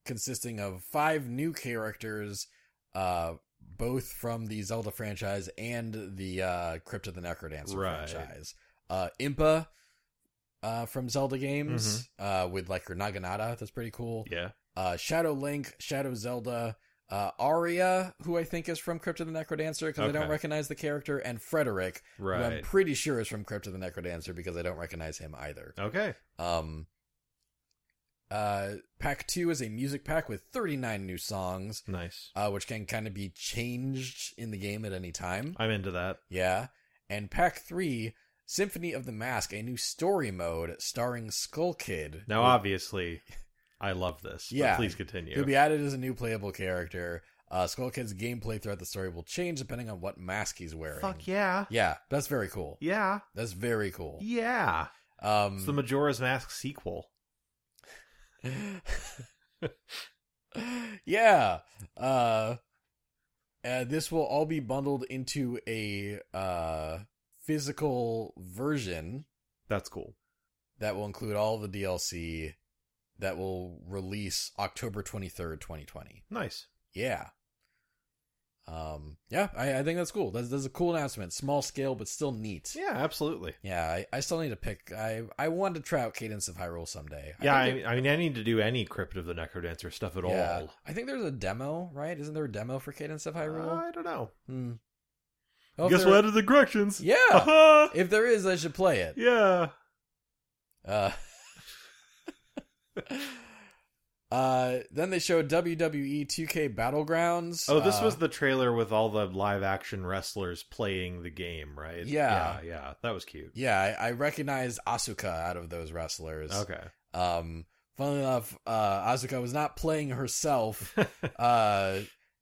B: consisting of five new characters, uh, both from the Zelda franchise and the uh, Crypt of the Necrodancer
A: Right.
B: franchise. Uh, Impa. Uh, from Zelda games, uh, with like her Naginata, that's pretty cool.
A: Mm-hmm. Yeah.
B: Uh, Shadow Link, Shadow Zelda, uh, Aria, who I think is from Crypt of the Necrodancer because I
A: Okay.
B: don't recognize the character, and Frederick, who I'm
A: Right.
B: pretty sure is from Crypt of the Necrodancer because I don't recognize him either.
A: Okay.
B: Um, uh, pack two is a music pack with 39 new songs,
A: Nice.
B: uh, which can kind of be changed in the game at any time.
A: I'm into that.
B: Yeah, and pack three, Symphony of the Mask, a new story mode starring Skull Kid.
A: Now,
B: who-
A: obviously, I love this. but
B: Yeah.
A: please continue.
B: He'll be added as a new playable character. Uh, Skull Kid's gameplay throughout the story will change depending on what mask he's wearing.
A: Fuck yeah.
B: Yeah, that's very cool.
A: Yeah.
B: That's very cool.
A: Yeah.
B: Um,
A: It's the Majora's Mask sequel.
B: yeah. Uh, uh, this will all be bundled into a uh, physical version
A: That's cool.
B: that will include all the DLC that will release October 23rd, 2020.
A: Nice.
B: Yeah. Um, yeah, I, I think that's cool. That's, that's a cool announcement. Small scale, but still neat.
A: Yeah, absolutely.
B: Yeah, I, I still need to pick. I I want to try out Cadence of Hyrule someday.
A: yeah,
B: I
A: I,
B: think
A: I mean, I need to do any Crypt of the Necrodancer stuff at
B: there- yeah.
A: all.
B: I think there's a demo, right? Isn't there a demo for Cadence of Hyrule?
A: I don't know.
B: hmm. Well, if
A: Guess
B: Oh, there-
A: what? The corrections.
B: Yeah.
A: Yeah.
B: if there is, I should play it.
A: yeah.
B: Uh, uh, then they showed WWE 2K Battlegrounds.
A: Oh, this
B: Uh,
A: was the trailer with all the live action wrestlers playing the game, right?
B: Yeah.
A: Yeah, yeah. That was cute.
B: Yeah, I, I recognized Asuka out of those wrestlers.
A: Okay.
B: Um, Funnily enough, uh, Asuka was not playing herself. uh,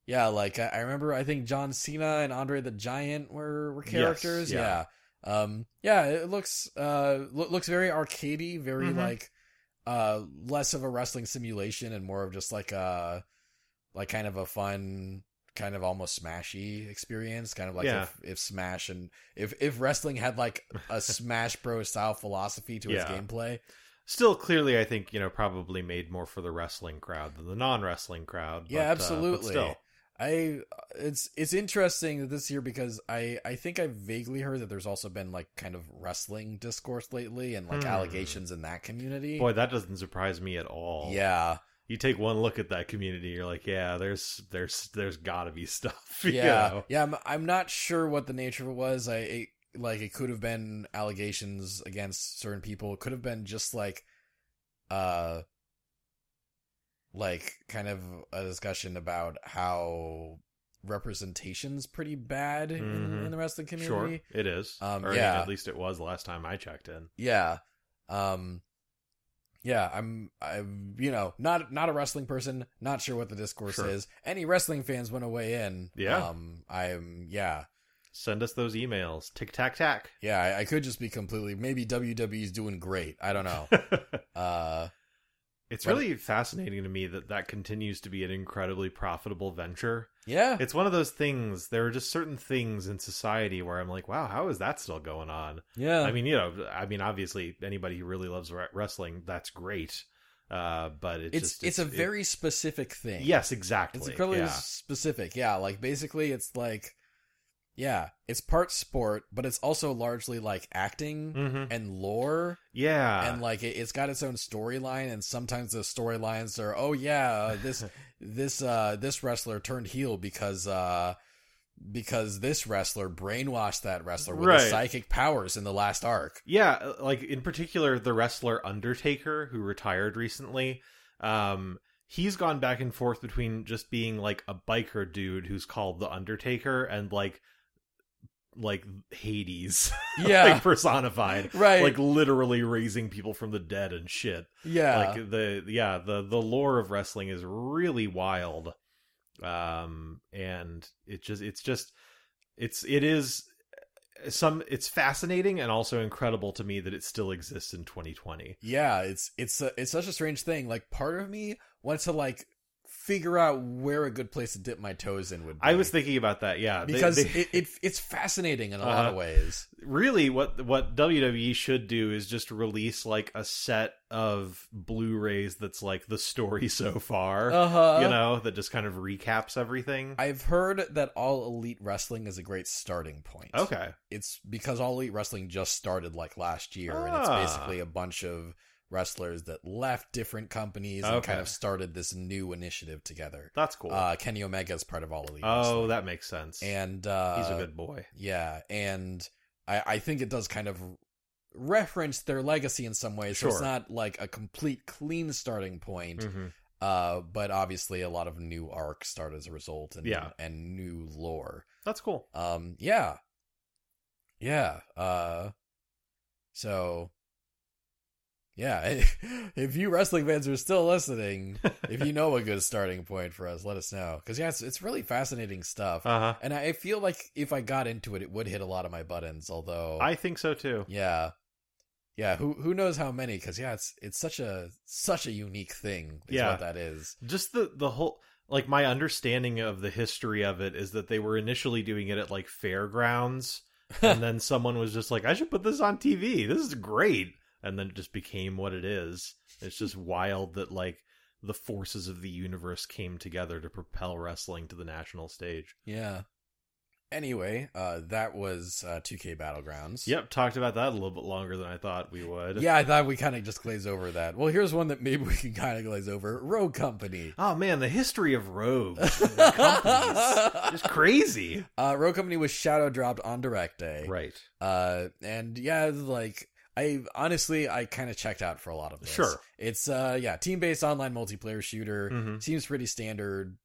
B: yeah, like I, I remember, I think John Cena and Andre the Giant were were
A: Yes,
B: characters.
A: yeah.
B: yeah. Um, yeah, it looks uh loo- looks very arcadey, very
A: Mhm.
B: like uh less of a wrestling simulation and more of just like a like kind of a fun kind of almost smashy experience kind of like
A: Yeah.
B: if, if smash and if if wrestling had like a smash bro style philosophy to its
A: Yeah.
B: gameplay
A: Still, clearly, I think you know probably made more for the wrestling crowd than the non-wrestling crowd.
B: Yeah,
A: but, uh, but
B: absolutely.
A: still,
B: I it's it's interesting that this year because I I think I vaguely heard that there's also been like kind of wrestling discourse lately and like
A: Hmm.
B: allegations in that community.
A: boy, that doesn't surprise me at all.
B: yeah,
A: you take one look at that community, you're like, yeah, there's there's there's got to be stuff. you
B: yeah,
A: know?
B: yeah. I'm I'm not sure what the nature of it was. I it, like it could have been allegations against certain people. It could have been just like, uh, like kind of a discussion about how representation's pretty bad in,
A: Mhm.
B: in the wrestling
A: sure,
B: community.
A: it is.
B: Um,
A: or I mean,
B: yeah.
A: at least it was last time I checked in.
B: Yeah. Um yeah, I'm I'm you know, not not a wrestling person, not sure what the discourse
A: Sure.
B: is. Any wrestling fans want to weigh in.
A: Yeah.
B: Um I'm yeah.
A: Send us those emails. Tic tac tac.
B: Yeah, I, I could just be completely maybe WWE's doing great. I don't know. uh
A: it's
B: Well-
A: really fascinating to me that that continues to be an incredibly profitable venture.
B: yeah.
A: It's one of those things. There are just certain things in society where I'm like, wow, how is that still going on?
B: Yeah.
A: I mean, you know, I mean, obviously, anybody who really loves re- wrestling, that's great. Uh, but it's
B: it's it's,
A: just,
B: a
A: it-
B: very specific thing.
A: yes, exactly.
B: It's incredibly
A: yeah.
B: specific. Yeah, like basically it's like yeah, it's part sport, but it's also largely like acting
A: Mhm.
B: and lore.
A: Yeah,
B: and like it, it's got its own storyline and sometimes the storylines are oh yeah uh, this this uh this wrestler turned heel because uh because this wrestler brainwashed that wrestler with his
A: Right.
B: psychic powers in the last arc
A: yeah. uh, Like in particular, the wrestler Undertaker, who retired recently, um, he's gone back and forth between just being like a biker dude who's called the Undertaker and like like Hades,
B: yeah
A: like personified,
B: right
A: like literally raising people from the dead and shit.
B: yeah
A: like the yeah the the lore of wrestling is really wild um and it just it's just it's it is some it's fascinating and also incredible to me that it still exists in 2020
B: yeah it's it's a, it's such a strange thing like part of me wants to like figure out where a good place to dip my toes in would be
A: i was thinking about that yeah they-
B: because
A: they-
B: it, it it's fascinating in a lot of
A: Uh-huh.
B: ways
A: really what what wwe should do is just release like a set of blu-rays that's like the story so far
B: uh-huh
A: you know that just kind of recaps everything
B: I've heard that all elite wrestling is a great starting point.
A: okay
B: It's because all elite wrestling just started like last year, and it's
A: Ah.
B: basically a bunch of wrestlers that left different companies and
A: Okay.
B: kind of started this new initiative together.
A: that's cool
B: Uh, Kenny Omega is part of all elite wrestling.
A: oh that makes sense
B: And uh,
A: he's a good boy
B: yeah, and I, I think it does kind of reference their legacy in some ways. So it's
A: Sure.
B: not like a complete clean starting point.
A: Mhm.
B: Uh, but obviously a lot of new arcs start as a result and
A: Yeah.
B: and new lore.
A: That's cool.
B: Um, yeah. Yeah. Uh, so, yeah. If you wrestling fans are still listening, if you know a good starting point for us, let us know. Because, yeah, it's, it's really fascinating stuff.
A: Uh huh.
B: And I feel like if I got into it, it would hit a lot of my buttons, although.
A: I think so too.
B: Yeah. Yeah, who who knows how many? Because yeah, it's it's such a such a unique thing. Is
A: Yeah.
B: what that is.
A: Just the the whole like my understanding of the history of it is that they were initially doing it at like fairgrounds, and then someone was just like, "I should put this on TV. This is great," and then it just became what it is. It's just wild that like the forces of the universe came together to propel wrestling to the national stage.
B: Yeah. Anyway, uh, that was uh, 2K Battlegrounds.
A: Yep, talked about that a little bit longer than I thought we would.
B: Yeah, I thought we kind of just glaze over that. Well, here's one that maybe we can kind of glaze over. Rogue Company.
A: Oh man, the history of rogues and companies.
B: uh,
A: Just crazy.
B: Rogue Company was shadow dropped on Direct Day.
A: Right.
B: Uh, and yeah, like I honestly, I kind of checked out for a lot of this.
A: Sure.
B: It's uh, yeah, team based online multiplayer shooter.
A: Mhm.
B: Seems pretty standard.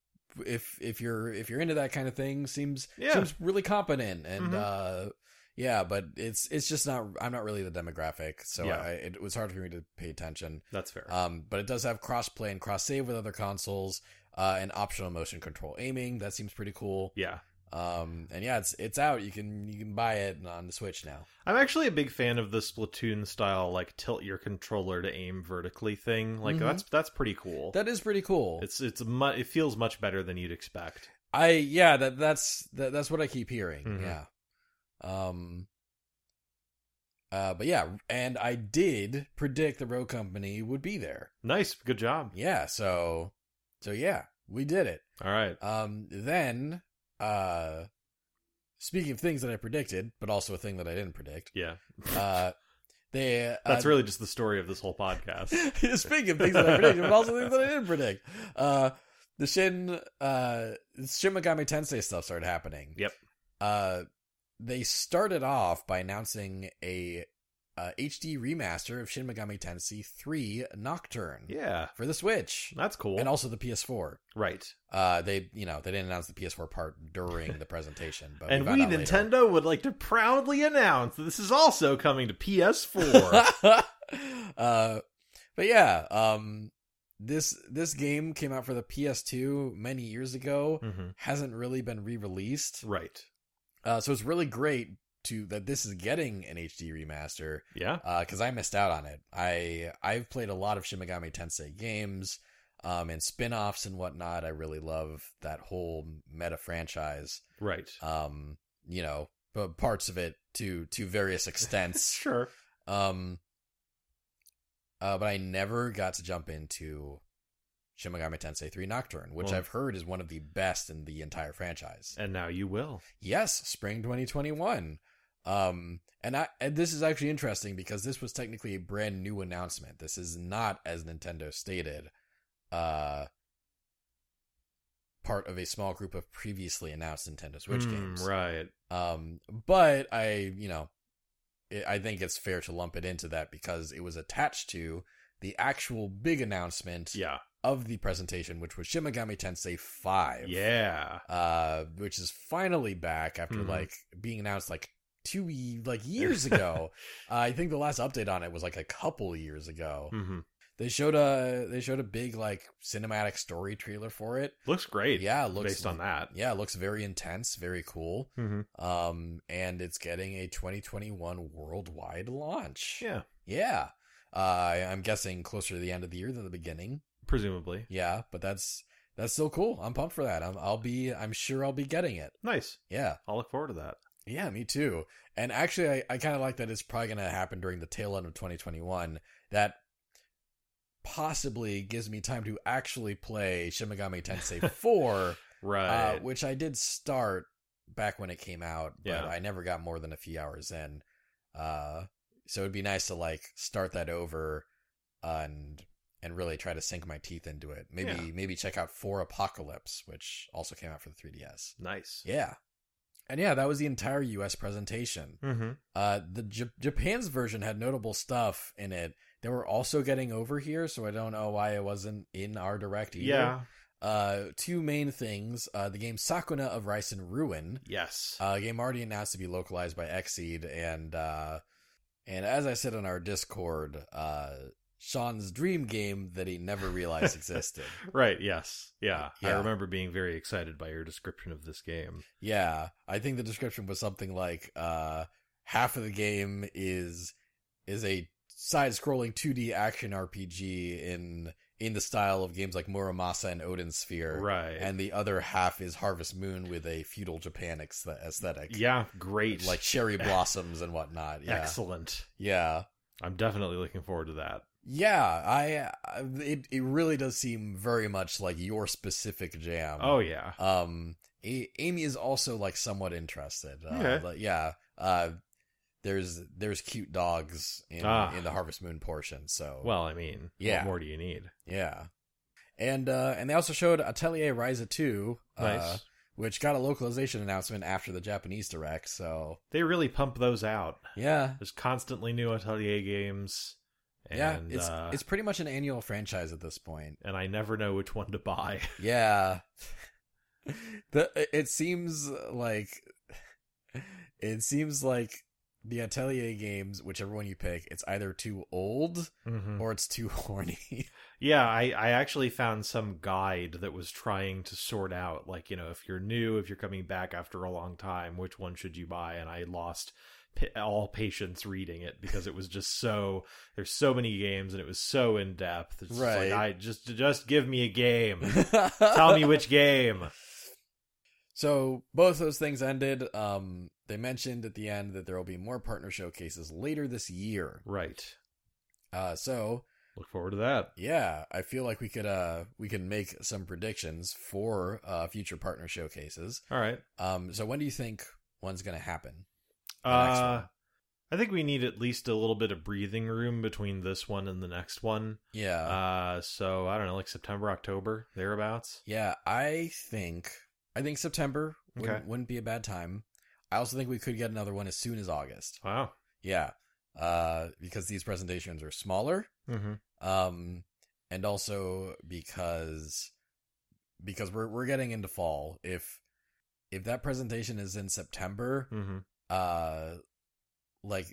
B: If if you're if you're into that kind of thing, seems
A: Yeah.
B: seems really competent and
A: Mhm.
B: uh, Yeah, but it's it's just not. I'm not really the demographic, so
A: Yeah.
B: I, it was hard for me to pay attention.
A: That's fair.
B: Um, but it does have crossplay and cross save with other consoles, uh, and optional motion control aiming. That seems pretty cool.
A: yeah.
B: Um, and yeah, it's it's out. You can you can buy it on the Switch now.
A: I'm actually a big fan of the Splatoon style like tilt your controller to aim vertically thing. Like
B: Mhm.
A: that's that's pretty cool.
B: That is pretty cool.
A: it's it's mu- it feels much better than you'd expect.
B: I yeah that that's that, that's what I keep hearing.
A: Mhm.
B: Yeah. Um. Uh, but yeah, and I did predict the Road Company would be there.
A: Nice, good job.
B: Yeah, so so yeah, we did it.
A: All right.
B: Um, then, uh, speaking of things that I predicted, but also a thing that I didn't predict,
A: Yeah.
B: uh, they uh,
A: That's really just the story of this whole podcast.
B: speaking of things that I predicted, but also things that I didn't predict. Uh, the Shin uh Shin Megami Tensei stuff started happening.
A: Yep.
B: Uh, they started off by announcing a uh, HD remaster of Shin Megami Tensei 3 Nocturne
A: yeah.
B: for the Switch
A: That's cool.
B: and also the PS4.
A: right.
B: Uh, they, you know, they didn't announce the PS4 part during the presentation, but
A: And we,
B: found out later.
A: Nintendo, would like to proudly announce that this is also coming to PS4.
B: uh, but yeah, um, this this game came out for the PS2 many years ago.
A: Mhm.
B: Hasn't really been re released,
A: Right.
B: uh, so it's really great to that this is getting an HD remaster
A: Yeah.
B: because I missed out on it. I I've played a lot of Shin Megami Tensei games um, and spin offs and whatnot. I really love that whole meta franchise.
A: Right.
B: um, you know, but parts of it to to various extents.
A: Sure.
B: um, uh, but I never got to jump into Shin Megami Tensei 3 Nocturne, which
A: Well- Eh.
B: I've heard is one of the best in the entire franchise.
A: And now you will.
B: Yes, spring 2021. Um, and I and this is actually interesting because this was technically a brand new announcement. This is not, as Nintendo stated, uh, part of a small group of previously announced Nintendo Switch
A: Hmm,
B: games.
A: Right.
B: Um, but I, you know, i I think it's fair to lump it into that because it was attached to the actual big announcement
A: Yeah.
B: of the presentation, which was Shin Megami Tensei 5.
A: Yeah.
B: Uh, which is finally back after
A: Mhm.
B: like being announced like two ye- like years ago. uh, I think the last update on it was like a couple years ago.
A: hmm
B: They showed a they showed a big like cinematic story trailer for it.
A: Looks great.
B: Yeah, it looks
A: based on that.
B: Yeah, it looks very intense, very cool
A: hmm
B: um and it's getting a 2021 worldwide launch
A: Yeah.
B: yeah uh I- i'm guessing closer to the end of the year than the beginning
A: Presumably.
B: yeah but that's that's still cool i'm pumped for that I'm, i'll be i'm sure i'll be getting it
A: Nice.
B: yeah
A: I'll look forward to that.
B: yeah me too and actually i, I kind of like that it's probably going to happen during the tail end of 2021 that possibly gives me time to actually play Shin Megami Tensei 4
A: Right.
B: uh, which I did start back when it came out, but
A: Yeah.
B: I never got more than a few hours in. Uh, so it'd be nice to like start that over and and really try to sink my teeth into it. Maybe
A: Yeah.
B: maybe check out Four Apocalypse, which also came out for the 3DS.
A: nice.
B: Yeah, and yeah, that was the entire U.S. presentation.
A: hmm
B: Uh, the J- Japan's version had notable stuff in it that we're also getting over here, so I don't know why it wasn't in our direct either
A: Yeah.
B: uh, two main things. Uh, the game Sakuna of Rice and Ruin,
A: Yes.
B: uh, a game already announced to be localized by Xseed, and uh, and as I said on our Discord, uh, Sean's dream game that he never realized existed.
A: right. Yes. Yeah. I
B: Yeah.
A: remember being very excited by your description of this game.
B: yeah, I think the description was something like uh, half of the game is is a side-scrolling 2D action RPG in in the style of games like Muramasa and Odin Sphere.
A: Right.
B: and the other half is Harvest Moon with a feudal Japan ex- aesthetic.
A: yeah. Great.
B: Like cherry blossoms and whatnot. Yeah.
A: Excellent.
B: Yeah.
A: I'm definitely looking forward to that.
B: Yeah. I, I, it, it really does seem very much like your specific jam.
A: Oh yeah.
B: Um, A- Amy is also like somewhat interested. Uh,
A: Okay.
B: but yeah. Uh, there's, there's cute dogs in,
A: Ah.
B: in the Harvest Moon portion. So,
A: Well, I mean,
B: Yeah.
A: what more do you need?
B: yeah. And, uh, and they also showed Atelier Ryza 2.
A: Nice.
B: Uh, which got a localization announcement after the Japanese direct. So
A: they really pump those out.
B: yeah,
A: There's constantly new Atelier games. And,
B: yeah, it's
A: uh,
B: it's pretty much an annual franchise at this point.
A: and I never know which one to buy.
B: Yeah, the it seems like it seems like the Atelier games, whichever one you pick, it's either too old
A: Mhm.
B: or it's too horny.
A: Yeah, I, I actually found some guide that was trying to sort out, like, you know, if you're new, if you're coming back after a long time, which one should you buy? And I lost pa- all patience reading it because it was just so, there's so many games and it was so in depth. It's just
B: Right.
A: like, I just, just give me a game. Tell me which game.
B: So both those things ended. Um, they mentioned at the end that there will be more partner showcases later this year.
A: Right.
B: Uh, so
A: Look forward to that.
B: yeah, I feel like we could uh we can make some predictions for uh future partner showcases.
A: All right.
B: Um, so when do you think one's gonna happen? The next
A: Uh,
B: one.
A: I think we need at least a little bit of breathing room between this one and the next one.
B: Yeah,
A: Uh, so I don't know, like September, October, thereabouts.
B: yeah. I think I think September
A: Okay.
B: wouldn't, wouldn't be a bad time. I also think we could get another one as soon as August.
A: Wow.
B: Yeah, uh, because these presentations are smaller.
A: Mm-hmm.
B: um and also because because we're we're getting into fall if if that presentation is in September
A: Mm-hmm.
B: uh like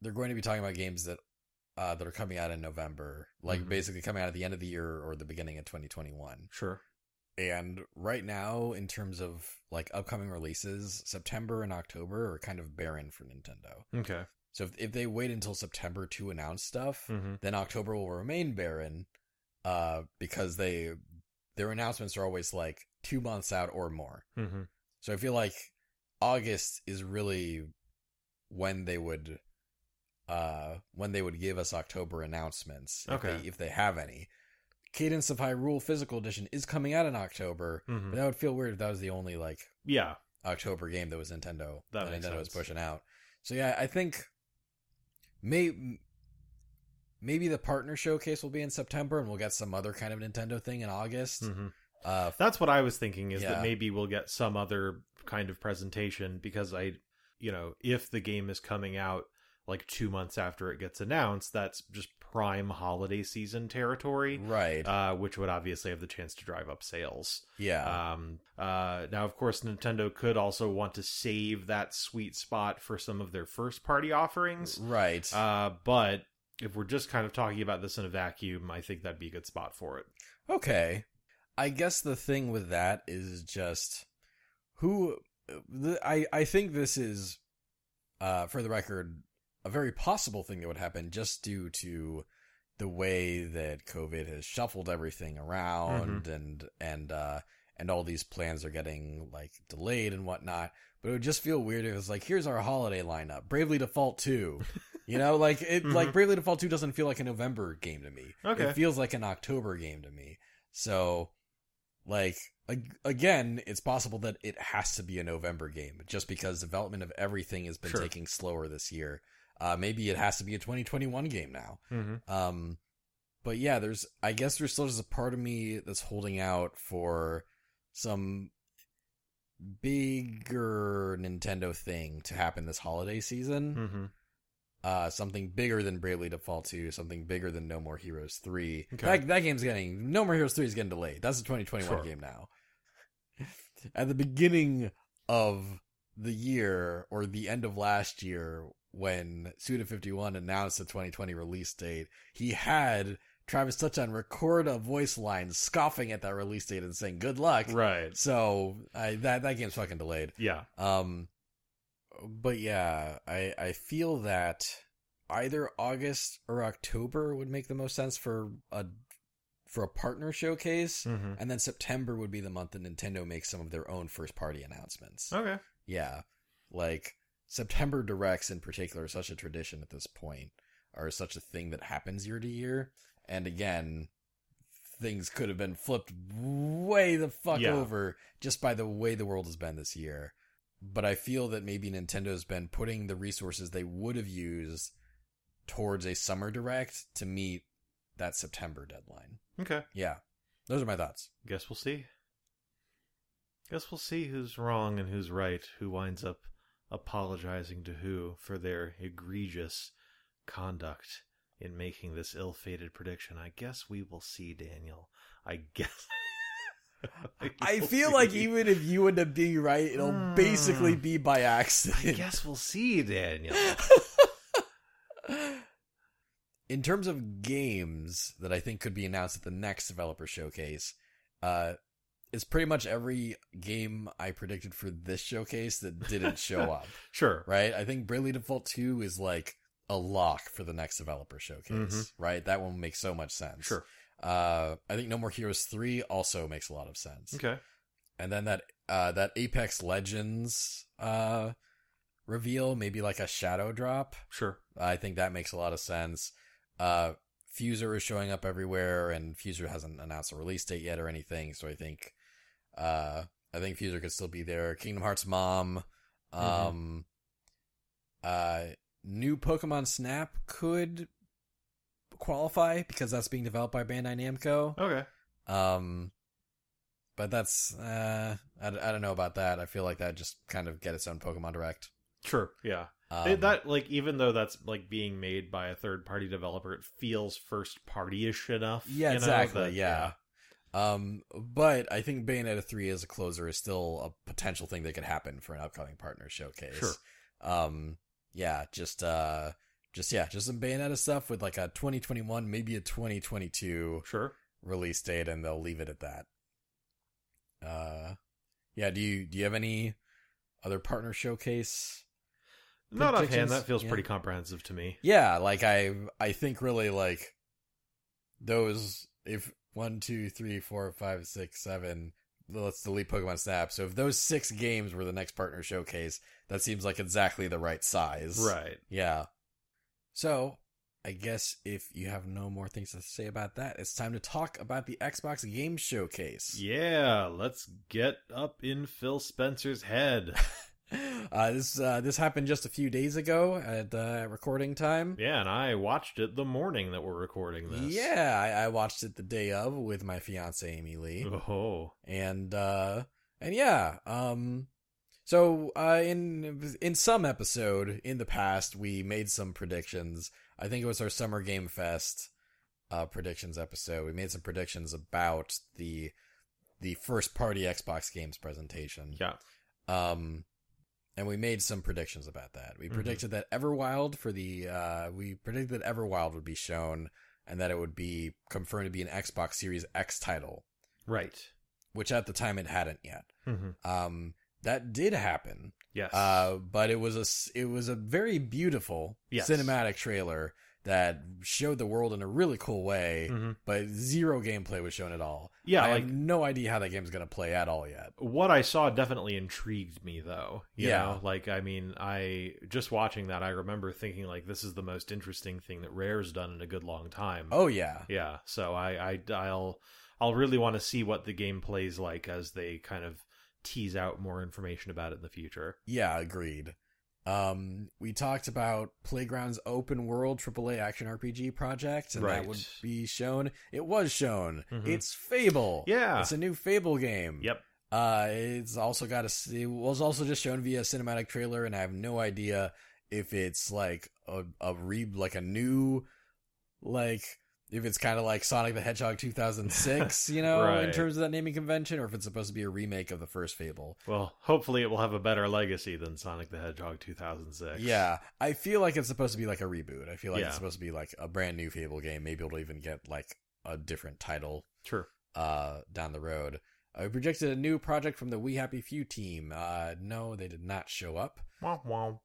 B: they're going to be talking about games that uh that are coming out in November like
A: Mhm.
B: basically coming out at the end of the year or the beginning of 2021
A: Sure.
B: and right now in terms of like upcoming releases September and October are kind of barren for Nintendo
A: Okay.
B: so if, if they wait until September to announce stuff
A: Mm-hmm.
B: then October will remain barren uh, because they their announcements are always like two months out or more.
A: Mm-hmm.
B: So I feel like August is really when they would uh, when they would give us October announcements if,
A: Okay.
B: they, if they have any. Cadence of Hyrule Physical Edition is coming out in October.
A: Mm-hmm.
B: But that would feel weird if that was the only like
A: Yeah.
B: October game that was Nintendo
A: That
B: that,
A: makes
B: Nintendo was
A: sense.
B: pushing out. So yeah, I think may maybe the partner showcase will be in September, and we'll get some other kind of Nintendo thing in August.
A: Mm-hmm.
B: Uh,
A: That's what I was thinking is
B: Yeah.
A: that maybe we'll get some other kind of presentation because I, you know, if the game is coming out like two months after it gets announced, that's just prime holiday season territory,
B: right?
A: uh, which would obviously have the chance to drive up sales.
B: yeah,
A: Um, uh, now, of course, Nintendo could also want to save that sweet spot for some of their first party offerings.
B: right.
A: Uh, but if we're just kind of talking about this in a vacuum, I think that'd be a good spot for it.
B: okay. I guess the thing with that is just who the, I I think this is, uh, for the record, a very possible thing that would happen just due to the way that COVID has shuffled everything around and and uh and all these plans are getting like delayed and whatnot. But it would just feel weird if it was like, here's our holiday lineup, Bravely Default Two. You know, like it like
A: Mhm.
B: Bravely Default Two doesn't feel like a November game to me.
A: Okay.
B: It feels like an October game to me. So like ag- again, it's possible that it has to be a November game just because development of everything has been
A: Sure.
B: taking slower this year. Uh, maybe it has to be a 2021 game now.
A: Mm-hmm.
B: Um, but yeah, there's I guess there's still just a part of me that's holding out for some bigger Nintendo thing to happen this holiday season.
A: Mm-hmm.
B: Uh, something bigger than Bravely Default 2, something bigger than No More Heroes 3.
A: Okay.
B: That, that game's getting No More Heroes 3 is getting delayed. That's a 2021
A: Sure.
B: game now. At the beginning of the year or the end of last year when Suda51 announced the 2020 release date, he had Travis Touchdown record a voice line scoffing at that release date and saying good luck.
A: Right.
B: So, I that that game's fucking delayed.
A: Yeah.
B: Um, but yeah, I I feel that either August or October would make the most sense for a for a partner showcase,
A: Mm-hmm.
B: and then September would be the month that Nintendo makes some of their own first party announcements.
A: Okay.
B: Yeah, like September directs in particular is such a tradition at this point, or such a thing that happens year to year. And again, things could have been flipped way the fuck
A: Yeah.
B: over just by the way the world has been this year. But I feel that maybe Nintendo's been putting the resources they would have used towards a summer direct to meet that September deadline.
A: Okay.
B: Yeah. Those are my thoughts.
A: Guess we'll see. Guess we'll see who's wrong and who's right, who winds up apologizing to who for their egregious conduct in making this ill fated prediction. I guess we will see, Daniel. I guess.
B: I feel like even if you end up being right, it'll
A: Hmm.
B: basically be by
A: I
B: accident.
A: guess we'll see, Daniel.
B: In terms of games that I think could be announced at the next developer showcase, uh, it's pretty much every game I predicted for this showcase that didn't show up,
A: Sure.
B: right? I think Bravely Default 2 is like a lock for the next developer showcase,
A: Mhm.
B: right? That one makes so much sense.
A: Sure.
B: Uh, I think No More Heroes 3 also makes a lot of sense.
A: Okay.
B: And then that uh, that Apex Legends uh, reveal, maybe like a shadow drop.
A: Sure.
B: I think that makes a lot of sense. Uh, Fuser is showing up everywhere, and Fuser hasn't announced a release date yet or anything. So I think, uh, I think Fuser could still be there. Kingdom Hearts Mom, um, uh, new Pokemon Snap could qualify because that's being developed by Bandai Namco.
A: Okay.
B: Um, but that's uh, I, d- I don't know about that. I feel like that just kind of get its own Pokemon Direct.
A: Sure. Yeah. They-
B: Um,
A: that like even though that's like being made by a third party developer, it feels first party ish enough.
B: Yeah,
A: you know,
B: exactly.
A: that-
B: yeah. Um, but I think Bayonetta three as a closer is still a potential thing that could happen for an upcoming partner showcase.
A: Sure.
B: Um, yeah, just uh, just yeah, just some Bayonetta stuff with like a 2021, maybe a 2022
A: Sure.
B: release date, and they'll leave it at that. Uh, yeah. Do you do you have any other partner showcase?
A: Not offhand,
B: Predictions?
A: that feels
B: Yeah.
A: pretty comprehensive to me.
B: Yeah, like I I think really like those if one, two, three, four, five, six, seven let's delete Pokemon Snap. So if those six games were the next partner showcase, that seems like exactly the right size.
A: Right.
B: Yeah. So I guess if you have no more things to say about that, it's time to talk about the Xbox Game Showcase.
A: Yeah, let's get up in Phil Spencer's head.
B: Uh, this uh, this happened just a few days ago at uh, recording time.
A: Yeah, and I watched it the morning that we're recording this.
B: Yeah, I, I watched it the day of with my fiance Amy Lee,
A: Oh.
B: and uh, and yeah, um, so uh, in in some episode in the past we made some predictions. I think it was our summer game fest uh, predictions episode. We made some predictions about the the first party Xbox games presentation.
A: Yeah.
B: Um, and we made some predictions about that. We
A: Mhm.
B: predicted that Everwild for the uh, we predicted that Everwild would be shown and that it would be confirmed to be an Xbox Series X title,
A: Right.
B: which at the time it hadn't yet.
A: hmm
B: Um, that did happen,
A: Yes.
B: uh, but it was a s- it was a very beautiful
A: Yes.
B: cinematic trailer that showed the world in a really cool way,
A: Mhm.
B: but zero gameplay was shown at all.
A: Yeah,
B: I
A: like
B: have no idea how that game's gonna play at all yet.
A: what I saw definitely intrigued me though. You
B: Yeah.
A: know, like I mean, I just watching that I remember thinking like this is the most interesting thing that Rare's done in a good long time.
B: Oh yeah,
A: Yeah, so I, I I'll I'll really want to see what the game plays like as they kind of tease out more information about it in the future.
B: Yeah, agreed. Um, we talked about Playground's open world AAA action RPG project, and that
A: Right.
B: would be shown. It was shown.
A: Mhm.
B: It's Fable.
A: Yeah.
B: it's a new Fable game.
A: Yep.
B: Uh, it's also got a. s- It was also just shown via cinematic trailer, and I have no idea if it's like a a re like a new like if it's kind of like Sonic the Hedgehog 2006, you know, in
A: Right.
B: terms of that naming convention, or if it's supposed to be a remake of the first Fable.
A: Well, hopefully it will have a better legacy than Sonic the Hedgehog 2006.
B: Yeah, I feel like it's supposed to be like a reboot. I feel like
A: Yeah.
B: it's supposed to be like a brand new Fable game. Maybe it'll even get like a different title
A: Sure.
B: uh down the road. I projected a new project from the We Happy Few team. Uh no, they did not show up.
A: Womp womp.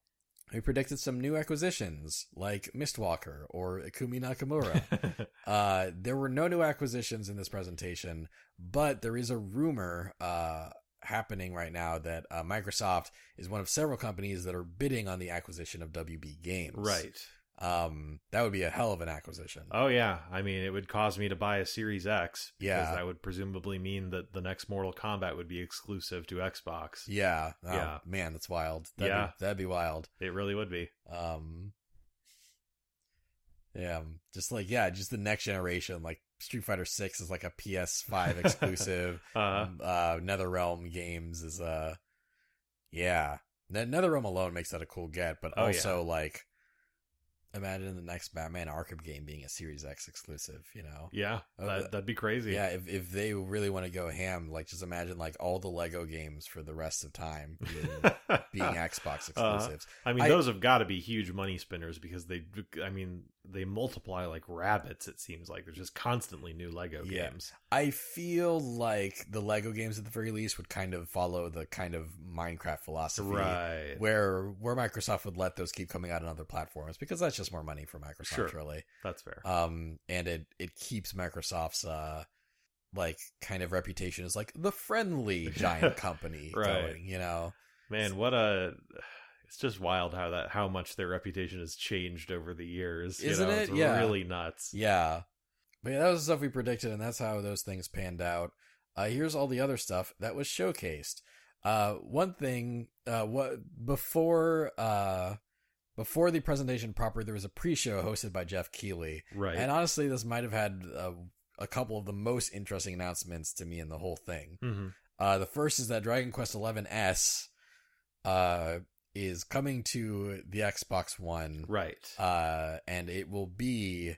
B: I predicted some new acquisitions like Mistwalker or Ikumi Nakamura. Uh, there were no new acquisitions in this presentation, but there is a rumor uh, happening right now that uh, Microsoft is one of several companies that are bidding on the acquisition of WB Games.
A: right.
B: Um, that would be a hell of an acquisition.
A: Oh yeah. I mean, it would cause me to buy a Series X
B: Yeah.
A: because that would presumably mean that the next Mortal Kombat would be exclusive to Xbox.
B: yeah. Oh,
A: Yeah.
B: Man, that's wild. That'd
A: Yeah.
B: Be, that'd be wild.
A: It really would be.
B: Um, yeah. Just like, yeah, just the next generation. Like, Street Fighter 6 is like a PS5 exclusive.
A: Uh,
B: um, uh NetherRealm games is uh yeah. N- NetherRealm alone makes that a cool get, but
A: Oh, yeah.
B: also like imagine the next Batman Arkham game being a Series X exclusive, you know?
A: Yeah,
B: Oh,
A: that,
B: the-
A: that'd be crazy.
B: Yeah, if, if they really want to go ham, like just imagine like all the Lego games for the rest of time being, being Xbox
A: Uh-huh.
B: exclusives.
A: I mean,
B: I-
A: those have got to be huge money spinners because they, I mean, they multiply like rabbits. It seems like there's just constantly new Lego
B: Yeah.
A: games.
B: I feel like the Lego games at the very least would kind of follow the kind of Minecraft philosophy.
A: Right.
B: Where where Microsoft would let those keep coming out on other platforms because that's just more money for Microsoft
A: Sure.
B: really.
A: That's fair.
B: Um and it it keeps Microsoft's uh like kind of reputation as like the friendly giant company
A: Right.
B: going, you know.
A: Man, what a it's just wild how that how much their reputation has changed over the years. you
B: Isn't
A: know?
B: it?
A: It's
B: Yeah.
A: really nuts.
B: Yeah. But yeah, that was the stuff we predicted, and that's how those things panned out. Uh, here's all the other stuff that was showcased. Uh, one thing, uh, what before uh, before the presentation proper, there was a pre-show hosted by Jeff Keighley,
A: Right.
B: and honestly, this might have had uh, a couple of the most interesting announcements to me in the whole thing.
A: Mhm.
B: Uh, the first is that Dragon Quest XI S uh, is coming to the Xbox One
A: Right.
B: uh, and it will be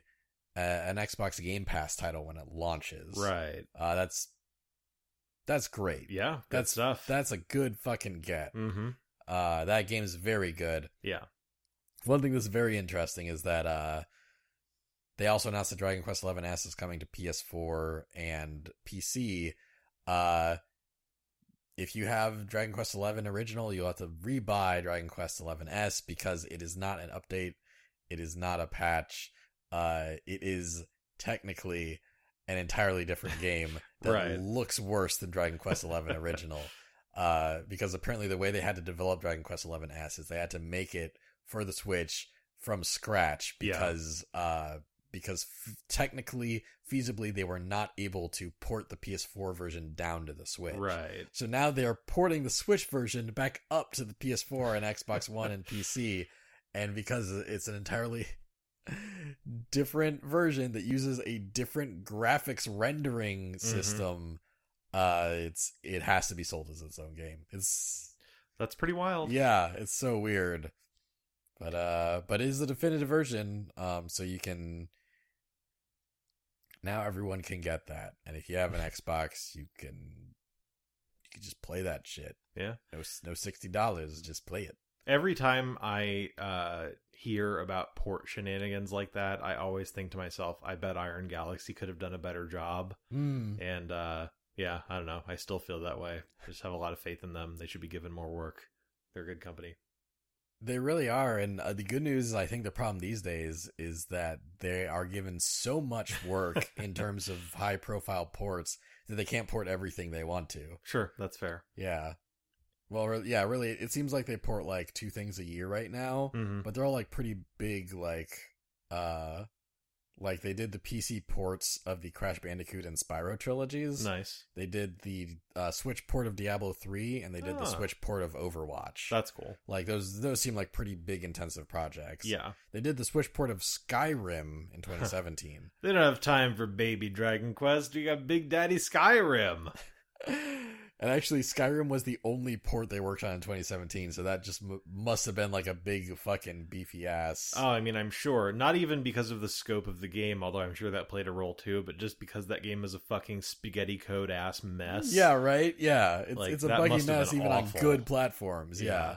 B: uh, an Xbox Game Pass title when it launches.
A: right.
B: Uh, that's that's great.
A: Yeah. Good
B: That's-
A: stuff.
B: That's a good fucking get.
A: mm-hmm.
B: Uh, that game's very good.
A: Yeah.
B: One thing that's very interesting is that uh, they also announced that Dragon Quest Eleven S is coming to PS4 and PC. Uh, if you have Dragon Quest Eleven original, you'll have to rebuy Dragon Quest Eleven S because it is not an update. It is not a patch. Uh, it is technically an entirely different game that
A: Right.
B: looks worse than Dragon Quest Eleven original. Uh, because apparently the way they had to develop Dragon Quest Eleven S is they had to make it for the Switch from scratch
A: Yeah.
B: because uh because f- technically feasibly they were not able to port the PS4 version down to the Switch.
A: Right.
B: So now they are porting the Switch version back up to the PS4 and Xbox One and PC and because it's an entirely different version that uses a different graphics rendering
A: Mm-hmm.
B: system uh it's it has to be sold as its own game. It's
A: That's pretty wild.
B: yeah, it's so weird. But uh but it is the definitive version, um, so you can now everyone can get that. And if you have an Xbox, you can you can just play that shit.
A: Yeah.
B: No s- no sixty dollars, just play it.
A: Every time I uh hear about port shenanigans like that, I always think to myself, I bet Iron Galaxy could have done a better job.
B: Hmm.
A: And uh yeah, I don't know. I still feel that way. I just have a lot of faith in them. They should be given more work. They're a good company.
B: They really are, and uh, the good news is, I think the problem these days is that they are given so much work in terms of high-profile ports that they can't port everything they want to.
A: Sure, that's fair.
B: Yeah. Well, re- yeah, really, it seems like they port like two things a year right now,
A: Mm-hmm.
B: but they're all like pretty big, like, uh, like they did the PC ports of the Crash Bandicoot and Spyro trilogies.
A: Nice.
B: They did the uh, Switch port of Diablo 3, and they did the
A: Ah.
B: Switch port of Overwatch.
A: That's cool.
B: like those, those seem like pretty big, intensive projects.
A: Yeah.
B: They did the Switch port of Skyrim in 2017.
A: They don't have time for baby Dragon Quest. You got Big Daddy Skyrim.
B: and actually skyrim was the only port they worked on in 2017 so that just m- must have been like a big fucking beefy ass
A: Oh, I mean, I'm sure. Not even because of the scope of the game, although I'm sure that played a role too, but just because that game is a fucking spaghetti code ass mess.
B: yeah right yeah it's,
A: Like,
B: it's a
A: that
B: buggy
A: must have
B: mess
A: been
B: even
A: awful.
B: on good platforms yeah,
A: Yeah.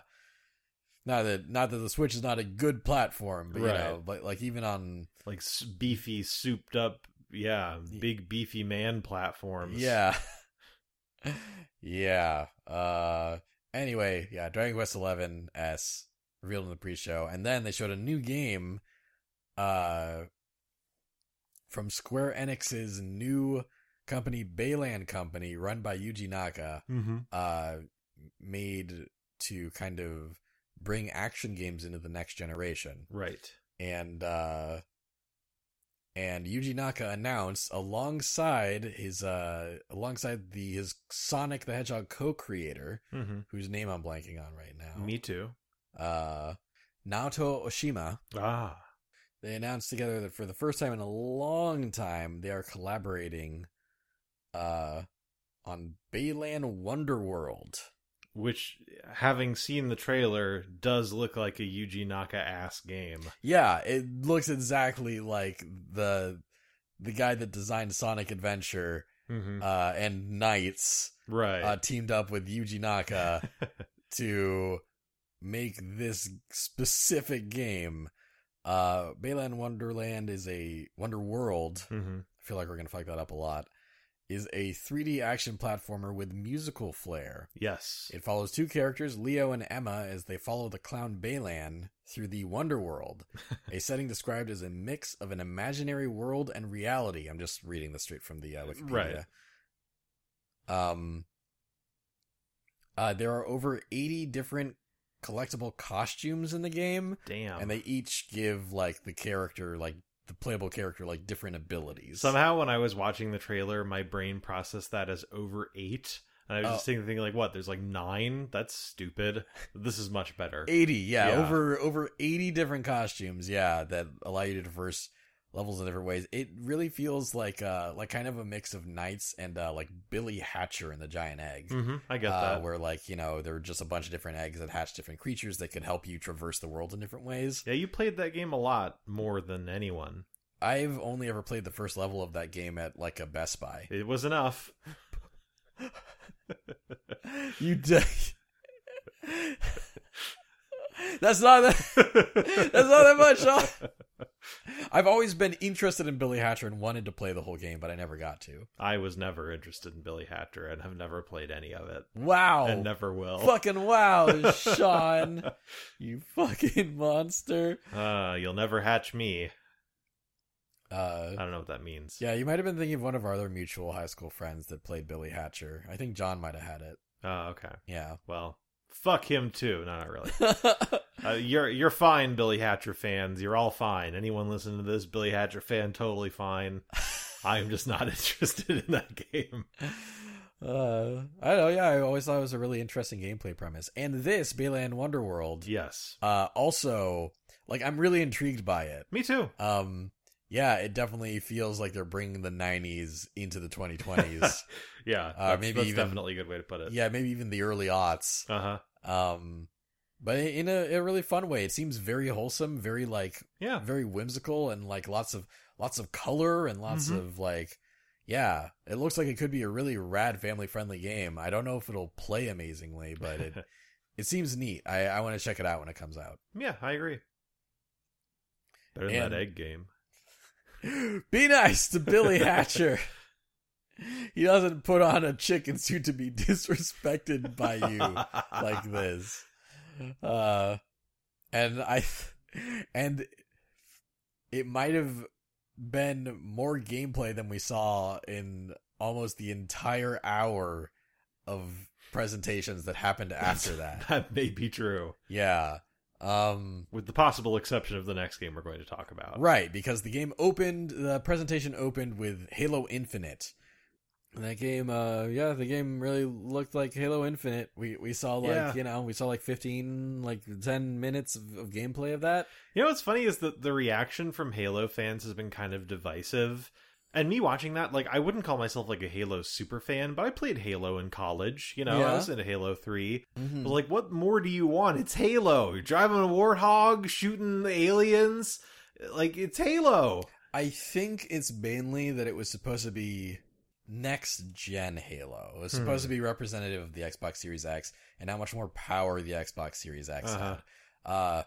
B: Not that not that the Switch is not a good platform, but you
A: Right.
B: know, but like even on
A: Like s- beefy, souped up, yeah, big beefy man platforms.
B: yeah, yeah. Uh, anyway, yeah, Dragon Quest Eleven S revealed in the pre-show, and then they showed a new game, uh, from Square Enix's new company, Bayland Company, run by Yuji Naka,
A: Mm-hmm.
B: uh, made to kind of bring action games into the next generation
A: Right.
B: and uh and Yuji Naka announced alongside his uh alongside the his Sonic the Hedgehog co-creator
A: Mm-hmm.
B: whose name I'm blanking on right now.
A: Me too.
B: uh Naoto Oshima.
A: Ah.
B: They announced together that for the first time in a long time they are collaborating uh on Bayland Wonderworld.
A: which having seen the trailer does look like a Yuji Naka ass game.
B: Yeah, it looks exactly like the the guy that designed Sonic Adventure
A: hmm
B: uh, and Knights
A: Right.
B: uh, teamed up with Yuji Naka to make this specific game. Uh, Bayland Wonderland is a Wonder World.
A: hmm
B: I feel like we're gonna fuck that up a lot. Is a 3D action platformer with musical flair.
A: Yes.
B: It follows two characters, Leo and Emma, as they follow the clown Balan through the Wonder World, a setting described as a mix of an imaginary world and reality. I'm just reading this straight from the uh, Wikipedia. Um, uh, there are over 80 different collectible costumes in the game,
A: Damn.
B: and they each give like the character, like the playable character, like different abilities.
A: Somehow, when I was watching the trailer, my brain processed that as over eight. And I
B: Oh.
A: was just thinking, thinking, like, what? There's like nine? That's stupid. This is much better.
B: 80 yeah,
A: Yeah.
B: over over 80 different costumes yeah that allow you to traverse levels in different ways it really feels like uh like kind of a mix of knights and uh like billy hatcher and the giant egg
A: hmm I get
B: uh,
A: that.
B: where like you know there are just a bunch of different eggs that hatch different creatures that could help you traverse the world in different ways
A: Yeah, you played that game a lot more than anyone.
B: i've only ever played the first level of that game at like a best buy
A: It was enough.
B: you did that's not that That's not that much. huh? I've always been interested in Billy Hatcher and wanted to play the whole game, but I never got to.
A: I was never interested in Billy Hatcher and have never played any of it
B: Wow.
A: and never will.
B: Fucking wow, Sean. you fucking monster.
A: Uh, you'll never hatch me. I
B: Uh
A: don't know what that means.
B: yeah, you might have been thinking of one of our other mutual high school friends that played Billy Hatcher. I think John might have had it.
A: Oh, okay.
B: Yeah.
A: Well, fuck him too. No, not really. Uh, you're you're fine, Billy Hatcher fans. You're all fine. Anyone listening to this, Billy Hatcher fan, totally fine. I'm just not interested in that game.
B: uh, I don't know, yeah, I always thought it was a really interesting gameplay premise. And this, Bayland Wonderworld,
A: Yes,
B: uh also like I'm really intrigued by it.
A: me too.
B: Um, yeah, it definitely feels like they're bringing the '90s into the 2020s.
A: Yeah, that's,
B: Uh, maybe
A: that's
B: even-
A: definitely a good way to put it.
B: yeah, maybe even the early aughts.
A: Uh huh.
B: Um, but in a, a really fun way. It seems very wholesome, very like
A: Yeah.
B: very whimsical, and like lots of lots of color and lots
A: Mhm.
B: of like. Yeah, it looks like it could be a really rad family friendly game. I don't know if it'll play amazingly, but it, it seems neat. I, I want to check it out when it comes out.
A: yeah, I agree. Better than
B: And-
A: that egg game.
B: Be nice to Billy Hatcher. he doesn't put on a chicken suit to be disrespected by you like this. Uh, and I, and it might have been more gameplay than we saw in almost the entire hour of presentations that happened after that.
A: that may be true,
B: Yeah. Um,
A: with the possible exception of the next game we're going to talk about.
B: Right, because the game opened, the presentation opened with Halo Infinite. And that game, uh, yeah, the game really looked like Halo Infinite. We we saw like
A: Yeah.
B: you know we saw like fifteen, like ten minutes of, of gameplay of that.
A: You know what's funny is that the reaction from Halo fans has been kind of divisive. And me watching that, like I wouldn't call myself like a Halo super fan, but I played Halo in college. You know, I
B: Yeah.
A: was into Halo Three. I
B: Mm-hmm.
A: was like, what more do you want? It's Halo. You're driving a warthog, shooting aliens. Like it's Halo.
B: I think it's mainly that it was supposed to be next gen Halo. It was
A: Hmm.
B: supposed to be representative of the Xbox Series X and how much more power the Xbox Series X
A: Uh-huh.
B: had. Uh,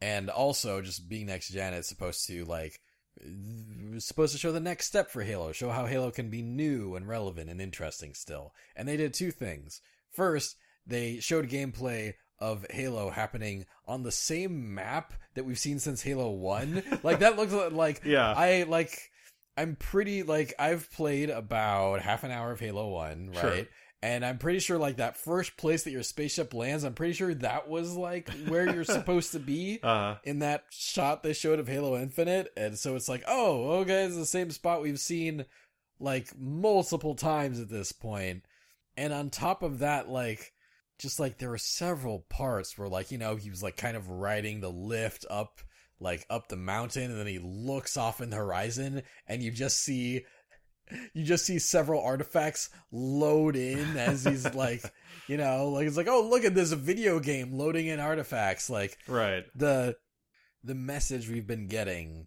B: and also just being next gen, it's supposed to like it was supposed to show the next step for Halo, show how Halo can be new and relevant and interesting still. And they did two things. First, they showed gameplay of Halo happening on the same map that we've seen since Halo 1. Like that looks like
A: Yeah.
B: I like I'm pretty like I've played about half an hour of Halo 1, right?
A: Sure.
B: And I'm pretty sure like that first place that your spaceship lands, I'm pretty sure that was like where you're supposed to be
A: Uh,
B: in that shot they showed of Halo Infinite. And so it's like, oh, okay, it's the same spot we've seen like multiple times at this point. And on top of that, like, just like there were several parts where, like, you know, he was like kind of riding the lift up, like up the mountain, and then he looks off in the horizon, and you just see you just see several artifacts load in as he's like, you know, like it's like, oh, look at this video game loading in artifacts. Like
A: Right.
B: the the message we've been getting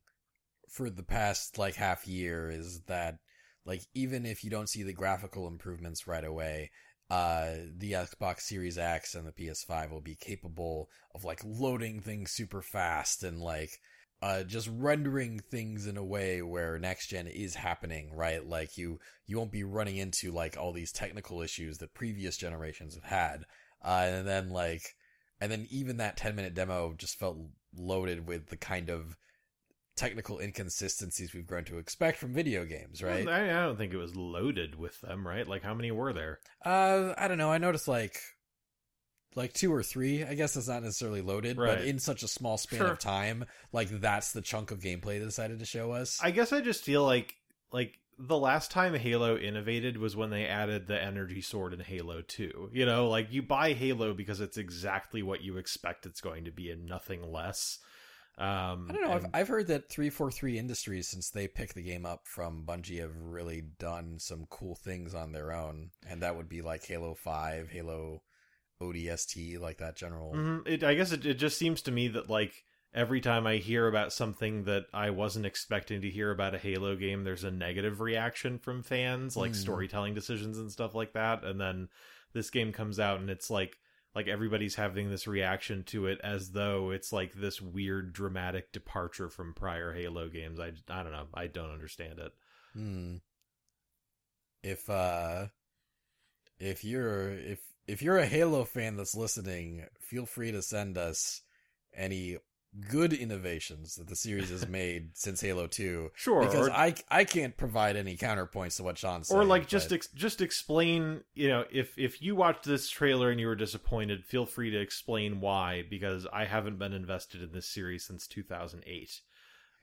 B: for the past like half year is that like even if you don't see the graphical improvements right away uh the Xbox Series X and the PS5 will be capable of like loading things super fast and like uh just rendering things in a way where next gen is happening right like you you won't be running into like all these technical issues that previous generations have had uh and then like and then even that 10 minute demo just felt loaded with the kind of technical inconsistencies we've grown to expect from video games right
A: I, I don't think it was loaded with them, right? Like, how many were there?
B: uh i don't know i noticed like like two or three i guess that's not necessarily loaded
A: Right.
B: but in such a small span
A: Sure.
B: of time like that's the chunk of gameplay they decided to show us
A: I guess I just feel like like the last time Halo innovated was when they added the energy sword in Halo 2. You know, like you buy Halo because it's exactly what you expect it's going to be and nothing less. Um
B: I don't know. I've,
A: and-
B: I've heard that 343 Industries, since they picked the game up from Bungie, have really done some cool things on their own. And that would be like Halo 5, Halo ODST, like that general.
A: Mhm. It, I guess it, it just seems to me that like every time I hear about something that I wasn't expecting to hear about a Halo game, there's a negative reaction from fans, like
B: Hmm.
A: storytelling decisions and stuff like that. And then this game comes out and it's like like everybody's having this reaction to it as though it's like this weird dramatic departure from prior Halo games. I I don't know. I don't understand it.
B: Hmm. If, uh, if you're, if, if you're a Halo fan that's listening, feel free to send us any good innovations that the series has made since Halo 2.
A: Sure.
B: because
A: or-
B: I, I can't provide any counterpoints to what Sean's saying.
A: or like just
B: but-
A: ex- just explain you know if if you watched this trailer and you were disappointed feel free to explain why because i haven't been invested in this series since 2008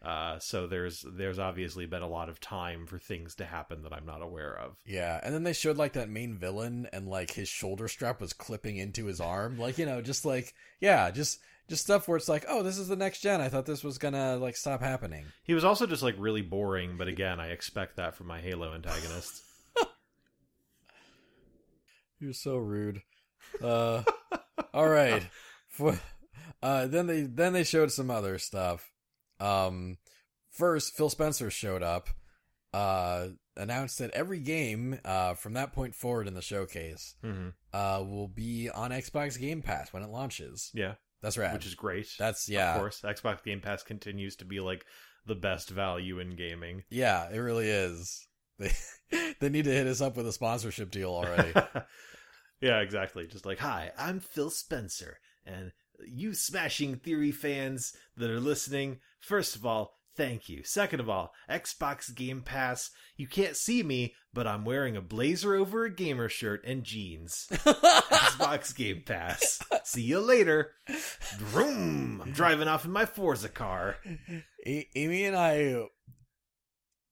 A: uh, so there's there's obviously been a lot of time for things to happen that i'm not aware of
B: Yeah, and then they showed like that main villain and like his shoulder strap was clipping into his arm. Like, you know, just like yeah, just just stuff where it's like, "Oh, this is the next gen. I thought this was going to like stop happening."
A: he was also just like really boring but again i expect that from my halo antagonists
B: You're so rude. Uh all right. For uh then they then they showed some other stuff. Um first Phil Spencer showed up uh announced that every game uh from that point forward in the showcase
A: hmm
B: uh will be on Xbox Game Pass when it launches.
A: yeah
B: That's right.
A: which is great
B: That's yeah.
A: of course xbox game pass continues to be like the best value in gaming
B: Yeah, it really is. They they need to hit us up with a sponsorship deal already.
A: yeah, exactly. Just like, hi, I'm Phil Spencer, and you smashing theory fans that are listening, first of all, thank you. Second of all, Xbox Game Pass, you can't see me, but I'm wearing a blazer over a gamer shirt and jeans. Xbox Game Pass. See you later. Vroom! I'm driving off in my Forza car.
B: A- E, Amy and I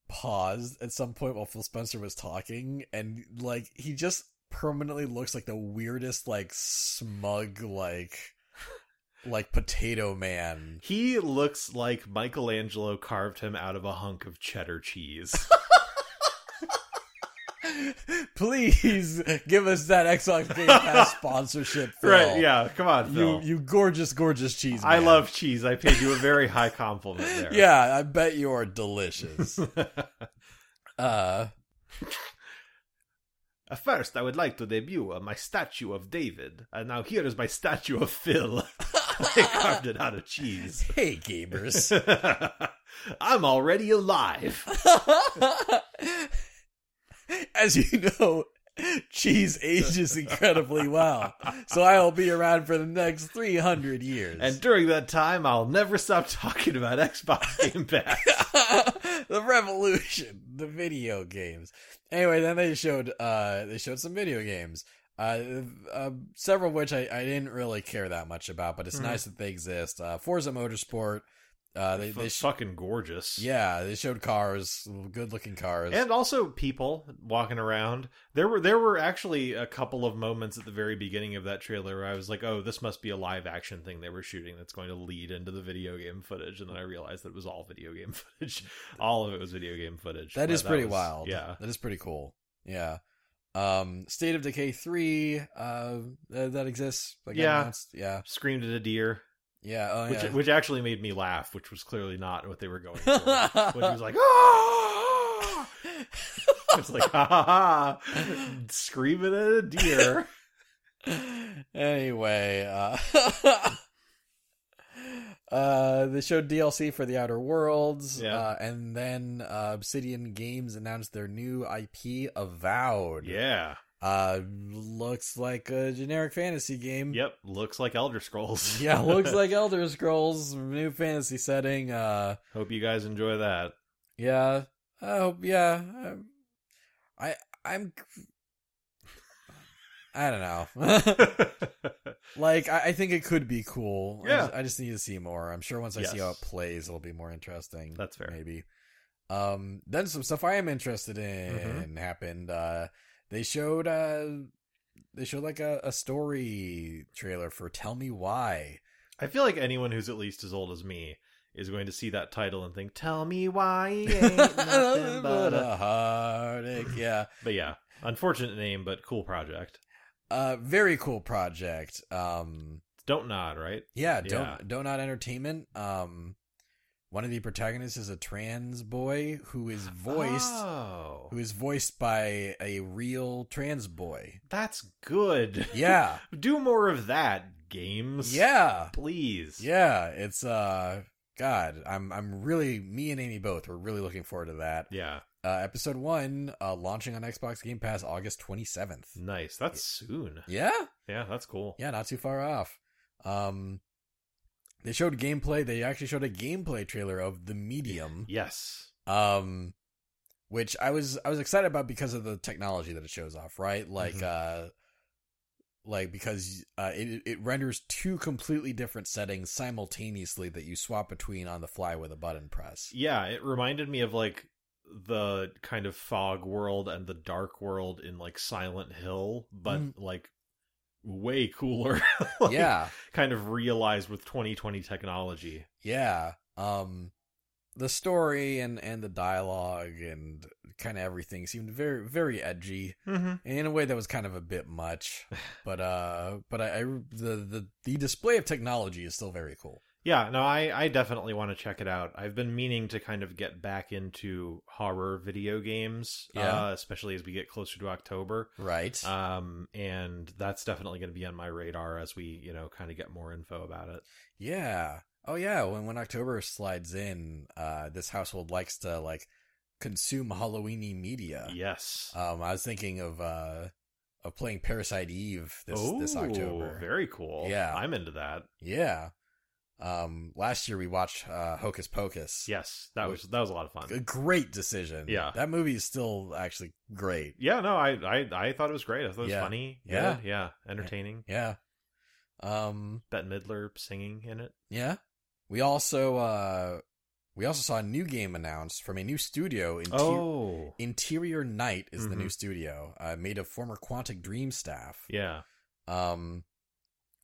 B: paused at some point while Phil Spencer was talking and like he just permanently looks like the weirdest like smug like like potato man.
A: He looks like Michelangelo carved him out of a hunk of cheddar cheese.
B: Please give us that Xbox Game Pass sponsorship. Phil.
A: right, yeah. Come on, Phil.
B: You you gorgeous gorgeous cheese.
A: I
B: man.
A: love cheese. I paid you a very high compliment there.
B: Yeah, I bet you are delicious. uh
A: Uh, First, I would like to debut uh, my statue of David. And now here is my statue of Phil. I carved it out of cheese.
B: hey gamers.
A: I'm already alive.
B: As you know, cheese ages incredibly well. So I'll be around for the next 300 years.
A: And during that time, I'll never stop talking about Xbox Game Pass.
B: the revolution, the video games. Anyway, then they showed uh they showed some video games. Uh, uh several of which I, I didn't really care that much about, but it's
A: Mhm.
B: nice that they exist. Uh Forza Motorsport, Uh, they,
A: F-
B: they sh-
A: fucking gorgeous.
B: yeah, they showed cars, good looking cars.
A: And also people walking around. There were there were actually a couple of moments at the very beginning of that trailer where I was like, "Oh, this must be a live action thing they were shooting that's going to lead into the video game footage." And then I realized that it was all video game footage. all of it was video game footage.
B: That
A: But
B: is pretty
A: was-
B: wild.
A: Yeah.
B: that is pretty cool. Yeah. Um, State of Decay three. Uh, that, that exists. Like I
A: Yeah.
B: announced. yeah,
A: Screamed at a deer,
B: yeah. Oh
A: which
B: yeah.
A: which actually made me laugh, which was clearly not what they were going for. when he was like, "Ah!" It's like, "Ha ha ha!" Screaming at a deer.
B: anyway, uh, uh, they showed DLC for The Outer Worlds,
A: Yeah.
B: uh, and then uh, Obsidian Games announced their new IP, Avowed.
A: Yeah.
B: uh, looks like a generic fantasy game.
A: Yep. Looks like Elder Scrolls.
B: Yeah, looks like Elder Scrolls, new fantasy setting. Uh,
A: Hope you guys enjoy that.
B: yeah. Oh, yeah. Um, I, I'm. I don't know. Like I, I think it could be cool. I
A: Yeah.
B: just- I just, need to see more. I'm sure once I see how
A: Yes.
B: it plays, it'll be more interesting.
A: That's fair.
B: Maybe. Um, then some stuff I am interested in
A: Mhm.
B: happened. Uh, they showed uh, they showed like a, a story trailer for Tell Me Why.
A: I feel like anyone who's at least as old as me is going to see that title and think, "Tell me why." it Ain't nothing but
B: uh,
A: a-"
B: heartache. Yeah.
A: But yeah, unfortunate name, but cool project.
B: Uh, very cool project. Um,
A: Don't nod, right?
B: Yeah,
A: Yeah.
B: Don- Donut Entertainment. Um, one of the protagonists is a trans boy who is voiced
A: Oh,
B: who is voiced by a real trans boy.
A: that's good.
B: Yeah,
A: Do more of that, games.
B: yeah,
A: please.
B: yeah. It's uh, God, I'm I'm really me and Amy both. We're really looking forward to that.
A: yeah.
B: Uh, episode one uh, launching on Xbox Game Pass August 27th.
A: Nice. That's soon.
B: Yeah,
A: Yeah, that's cool.
B: Yeah, not too far off. Um, they showed gameplay. They actually showed a gameplay trailer of the medium.
A: Yes.
B: um which i was i was excited about because of the technology that it shows off right like uh like because uh, it it renders two completely different settings simultaneously that you swap between on the fly with a button press.
A: Yeah, it reminded me of like the kind of fog world and the dark world in like Silent Hill, but
B: Mm.
A: like way cooler. Like,
B: yeah,
A: Kind of realized with 2020 technology.
B: yeah. Um, the story and and the dialogue and kind of everything seemed very very edgy
A: Mm-hmm.
B: in a way that was kind of a bit much. But uh, but I, I the the the display of technology is still very cool.
A: Yeah, no, I, I definitely want to check it out. I've been meaning to kind of get back into horror video games,
B: Yeah.
A: uh, especially as we get closer to October.
B: Right.
A: Um, and that's definitely going to be on my radar as we, you know, kind of get more info about it.
B: Yeah. Oh yeah, when when October slides in, uh this household likes to like consume Halloweeny media.
A: Yes.
B: Um I was thinking of uh of playing Parasite Eve this this October.
A: Oh, Very cool.
B: Yeah.
A: I'm into that.
B: Yeah. Um last year we watched uh Hocus Pocus.
A: Yes, that was that was a lot of fun.
B: A great decision.
A: Yeah.
B: That movie is still actually great.
A: Yeah, no, I, I I thought it was great. I thought it was
B: Yeah.
A: funny.
B: Yeah.
A: good, yeah, entertaining.
B: Yeah. Um
A: Bette Midler singing in it.
B: yeah. We also uh we also saw a new game announced from a new studio in T-
A: Oh,
B: Interior Night is the
A: Mhm.
B: new studio, uh, made of former Quantic Dream staff.
A: yeah,
B: Um,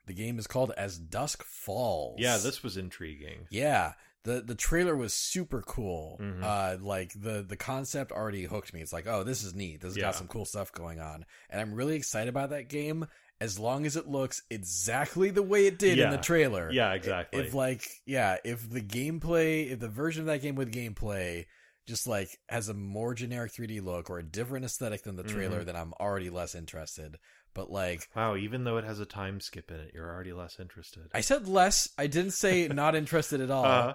B: the game is called As Dusk Falls.
A: yeah. This was intriguing.
B: Yeah, the the trailer was super cool.
A: Mhm.
B: Uh, like the the concept already hooked me. It's like, oh, this is neat. This has
A: Yeah.
B: got some cool stuff going on, and I'm really excited about that game. As long as it looks exactly the way it did in
A: Yeah.
B: the trailer.
A: Yeah, exactly.
B: If like yeah, if the gameplay, if the version of that game with gameplay just like has a more generic 3D look or a different aesthetic than the trailer, then I'm already less interested. But like
A: Wow, even though it has a time skip in it, you're already less interested.
B: I said less, I didn't say not interested at all.
A: uh,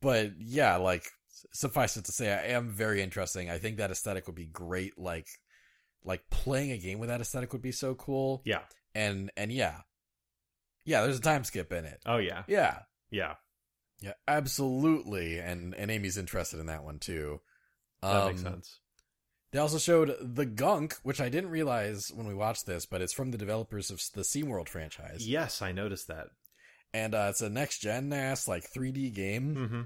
B: But yeah, like suffice it to say I am very interesting. I think that aesthetic would be great like like playing a game with that aesthetic would be so cool.
A: yeah.
B: And and yeah. Yeah, there's a time skip in it.
A: Oh yeah.
B: Yeah.
A: Yeah.
B: Yeah, absolutely. And and Amy's interested in that one too.
A: That makes
B: Um,
A: sense.
B: They also showed The Gunk, which I didn't realize when we watched this, but it's from the developers of the SteamWorld franchise.
A: Yes, I noticed that.
B: and uh, it's a next gen NAS like 3D game,
A: hmm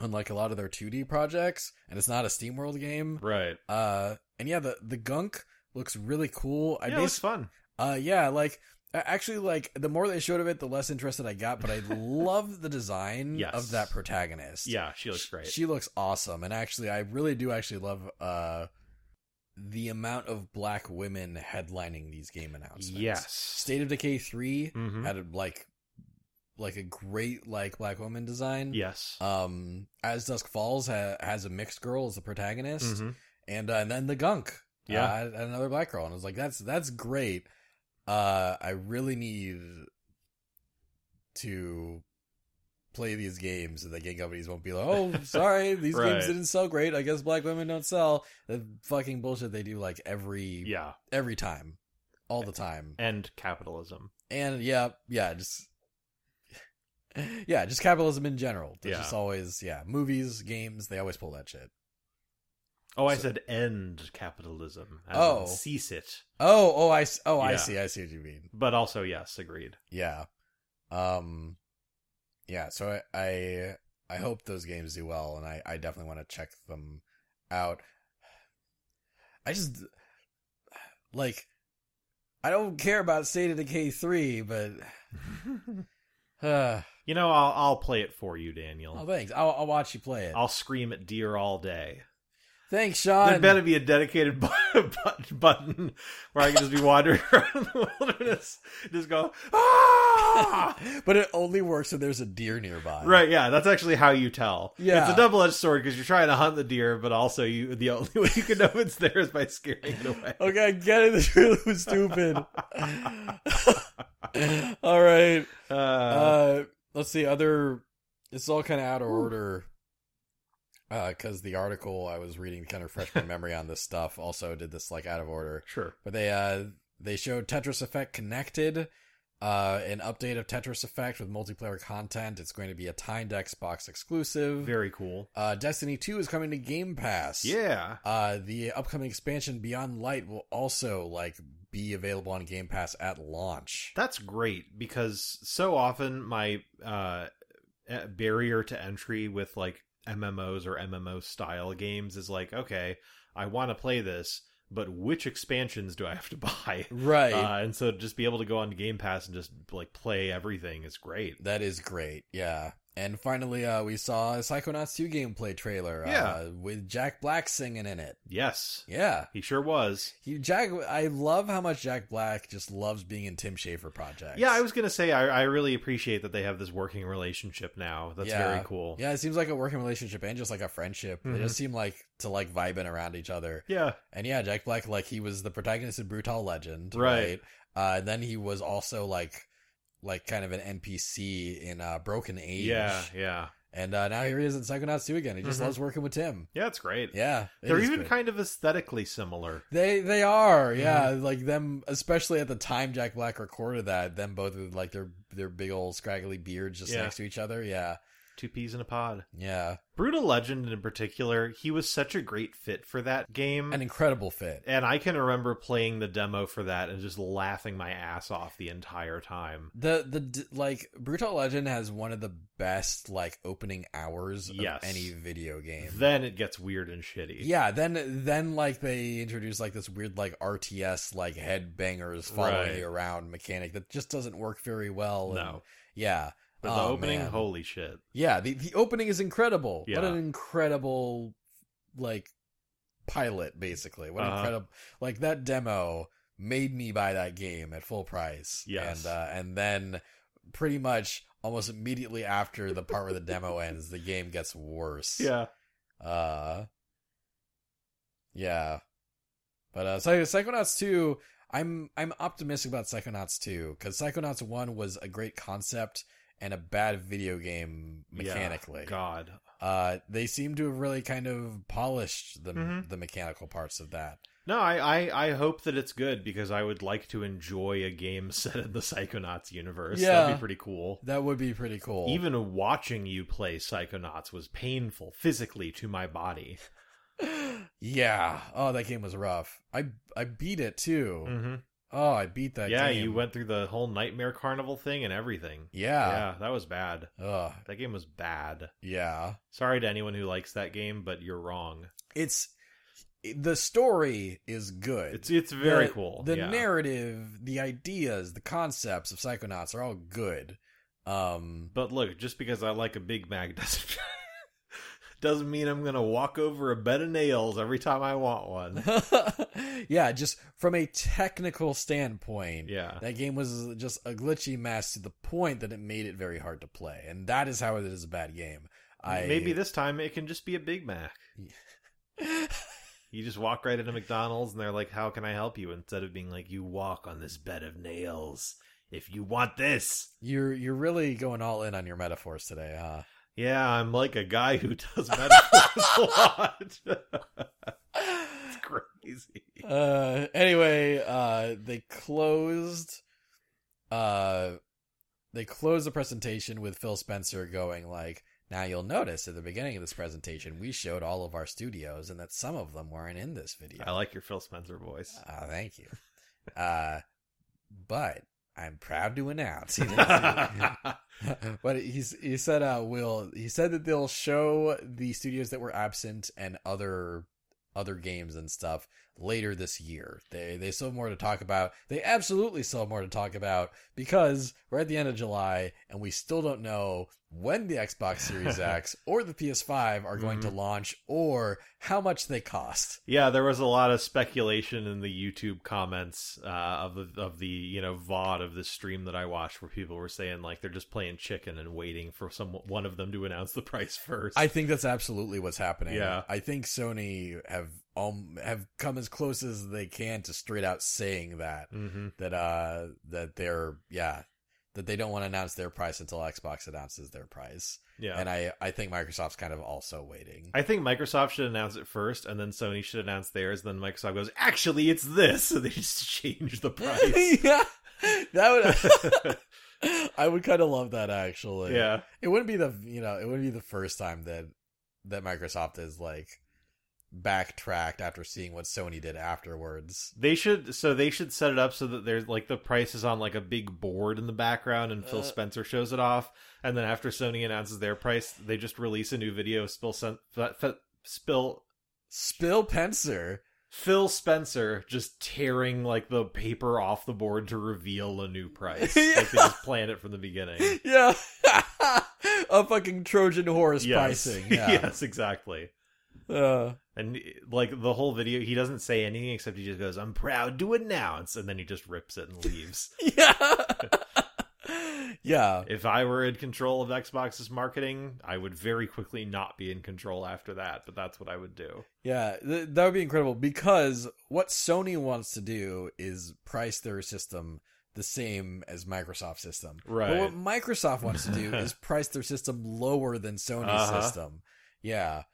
B: unlike a lot of their 2D projects, and it's not a SteamWorld game.
A: Right.
B: Uh, and yeah, the the gunk looks really cool. I
A: yeah, it looks
B: bas-
A: fun.
B: uh, yeah, like a- actually, like the more they showed of it, the less interested I got. But I love the design
A: Yes.
B: of that protagonist.
A: Yeah, she looks
B: Sh-
A: great.
B: She looks awesome, and actually, I really do actually love uh the amount of black women headlining these game announcements.
A: yes.
B: State of Decay 3
A: Mhm.
B: had a, like like a great like black woman design.
A: Yes.
B: Um, As Dusk Falls ha- has a mixed girl as the protagonist,
A: Mhm.
B: and uh, and then the Gunk,
A: Yeah.
B: uh, had another black girl, and I was like, that's that's great. Uh, I really need to play these games, and the game companies won't be like, oh, sorry, these
A: Right.
B: games didn't sell great. I guess black women don't sell. The fucking bullshit they do like every
A: yeah.
B: every time, all the time.
A: And capitalism.
B: And yeah, yeah, just yeah, just capitalism in general. There's
A: Yeah.
B: just always yeah, movies, games, they always pull that shit.
A: Oh, I
B: So-
A: said end capitalism. as in
B: Oh.
A: cease it.
B: Oh, oh, I s- oh, I
A: Yeah.
B: see, I see what you mean.
A: But also, yes, agreed.
B: Yeah, um, yeah. So I I, I hope those games do well, and I I definitely want to check them out. I just like I don't care about State of Decay three, but uh,
A: you know, I'll I'll play it for you, Daniel.
B: oh, thanks. I'll, I'll watch you play it.
A: I'll scream at deer all day.
B: thanks,
A: There
B: Sean.
A: better be a dedicated bu- bu- button where I can just be wandering around the wilderness, just go ah.
B: but it only works if there's a deer nearby.
A: Right, yeah, that's actually how you tell.
B: Yeah.
A: it's a double-edged sword because you're trying to hunt the deer, but also you the only way you can know it's there is by scaring it away.
B: Okay, I get it. This really was stupid. all right.
A: Uh,
B: Uh, let's see. Other. It's all kind of out of order. Because the article I was reading to kind of refresh my memory on this stuff also did this like out of order.
A: sure.
B: But they uh they showed Tetris Effect Connected, uh an update of Tetris Effect with multiplayer content. It's going to be a timed Xbox exclusive.
A: Very cool.
B: Uh, Destiny 2 is coming to Game Pass.
A: Yeah.
B: Uh, the upcoming expansion Beyond Light will also like be available on Game Pass at launch.
A: That's great because so often my uh, eh, barrier to entry with like MMOs or MMO style games is like, okay, I want to play this, but which expansions do I have to buy?
B: Right.
A: Uh, and so just be able to go on Game Pass and just like play everything is great.
B: that is great. Yeah. And finally, uh, we saw a Psychonauts 2 gameplay trailer.
A: Yeah.
B: Uh, with Jack Black singing in it.
A: Yes,
B: Yeah.
A: he sure was.
B: He, Jack, I love how much Jack Black just loves being in Tim Schafer projects.
A: Yeah, I was gonna say I, I really appreciate that they have this working relationship now. That's
B: Yeah.
A: very cool.
B: Yeah, it seems like a working relationship and just like a friendship.
A: Mhm.
B: They just seem like to like vibing around each other.
A: Yeah,
B: And yeah, Jack Black, like he was the protagonist of Brutal Legend, right?
A: Right.
B: Uh, and then he was also like, like kind of an NPC in uh, Broken Age.
A: yeah, yeah,
B: And uh, now here he is in Psychonauts 2 again. He just
A: Mhm.
B: loves working with Tim.
A: yeah. It's great.
B: Yeah, it
A: They're
B: is
A: even
B: good.
A: kind of aesthetically similar.
B: They they are yeah like them especially at the time Jack Black recorded that them both with like their their big old scraggly beards just
A: Yeah.
B: next to each other yeah
A: Two peas in a pod.
B: yeah
A: Brutal Legend in particular, he was such a great fit for that game.
B: an
A: And,
B: incredible fit
A: I can remember playing the demo for that and just laughing my ass off the entire time.
B: The the d- like Brutal Legend has one of the best like opening hours of
A: Yes.
B: any video game.
A: Then it gets weird and shitty.
B: yeah, then then like they introduce like this weird like RTS like headbangers following
A: Right.
B: you around mechanic that just doesn't work very well. and-
A: No.
B: yeah,
A: But the
B: Oh,
A: opening,
B: man.
A: holy shit.
B: yeah. The the opening is incredible. What
A: Yeah.
B: an incredible like pilot, basically. What
A: Uh-huh.
B: incredible like that demo made me buy that game at full price.
A: Yes.
B: and uh, and then pretty much almost immediately after the part where the demo ends, the game gets worse.
A: Yeah.
B: Uh Yeah. But uh Psych- Psychonauts 2, I'm I'm optimistic about Psychonauts 2 cuz Psychonauts 1 was a great concept and a bad video game mechanically.
A: God.
B: uh they seem to have really kind of polished the
A: Mhm.
B: the mechanical parts of that.
A: No, I, I, I hope that it's good because I would like to enjoy a game set in the Psychonauts universe. That'd
B: Yeah.
A: be pretty cool.
B: That would be pretty cool.
A: Even watching you play Psychonauts was painful physically to my body.
B: yeah. Oh, that game was rough. I I beat it too.
A: Mm-hmm.
B: Oh, I beat that
A: yeah,
B: game.
A: you went through the whole nightmare carnival thing and everything.
B: Yeah.
A: yeah, that was bad.
B: Yeah. Ugh.
A: That game was bad.
B: Yeah.
A: Sorry to anyone who likes that game, but you're wrong.
B: It's the story is good.
A: It's it's very
B: the,
A: cool.
B: The
A: yeah.
B: narrative, the ideas, the concepts of Psychonauts are all good. Um
A: But look, just because I like a Big Mac doesn't doesn't mean I'm gonna walk over a bed of nails every time I want one.
B: yeah, just from a technical standpoint,
A: Yeah.
B: that game was just a glitchy mess to the point that it made it very hard to play, and that is how it is a bad game. I
A: Maybe this time it can just be a Big Mac. You just walk right into McDonald's and they're like, "How can I help you?" Instead of being like, "You walk on this bed of nails if you want this."
B: you're you're really going all in on your metaphors today, huh?
A: Yeah, I'm like a guy who does metaphors a lot. it's crazy.
B: uh anyway uh they closed uh they closed the presentation with phil spencer going like now you'll notice at the beginning of this presentation we showed all of our studios and that some of them weren't in this video
A: I like your Phil Spencer voice.
B: Ah, thank you uh but i'm proud to announce but he's he said uh will he said that they'll show the studios that were absent and other other games and stuff later this year they they still have more to talk about they absolutely still have more to talk about because we're at the end of july and we still don't know when the xbox series x or the ps5 are going to launch or how much they cost
A: Yeah, there was a lot of speculation in the YouTube comments uh, of the of the you know VOD of the stream that I watched, where people were saying like they're just playing chicken and waiting for some one of them to announce the price first.
B: I think that's absolutely what's happening.
A: Yeah.
B: I think Sony have um, have come as close as they can to straight out saying that
A: hmm
B: that uh that they're yeah that they don't want to announce their price until Xbox announces their price.
A: Yeah,
B: And I I think Microsoft's kind of also waiting.
A: I think Microsoft should announce it first, and then Sony should announce theirs. And then Microsoft goes, "Actually, it's this," so they just change the price.
B: yeah. That would I would kind of love that actually.
A: yeah,
B: It wouldn't be the you know, it wouldn't be the first time that that Microsoft is like backtracked after seeing what Sony did afterwards.
A: They should so they should set it up so that there's like the price is on like a big board in the background and Phil
B: Uh.
A: Spencer shows it off and then after Sony announces their price they just release a new video of Spill Sen- F- F- Spill
B: Spill Pencer.
A: Phil Spencer just tearing like the paper off the board to reveal a new price.
B: Yeah.
A: Like they just plan it from the beginning.
B: yeah. a fucking Trojan horse
A: Yes.
B: pricing. Yeah.
A: yes, exactly.
B: Uh,
A: And like the whole video he doesn't say anything except he just goes, "I'm proud to announce," and then he just rips it and leaves.
B: yeah. yeah.
A: If I were in control of Xbox's marketing, I would very quickly not be in control after that, but that's what I would do.
B: Yeah. Th- that would be incredible because what Sony wants to do is price their system the same as Microsoft's system. But what Microsoft wants to do is price their system lower than Sony's
A: Uh-huh.
B: system. Yeah.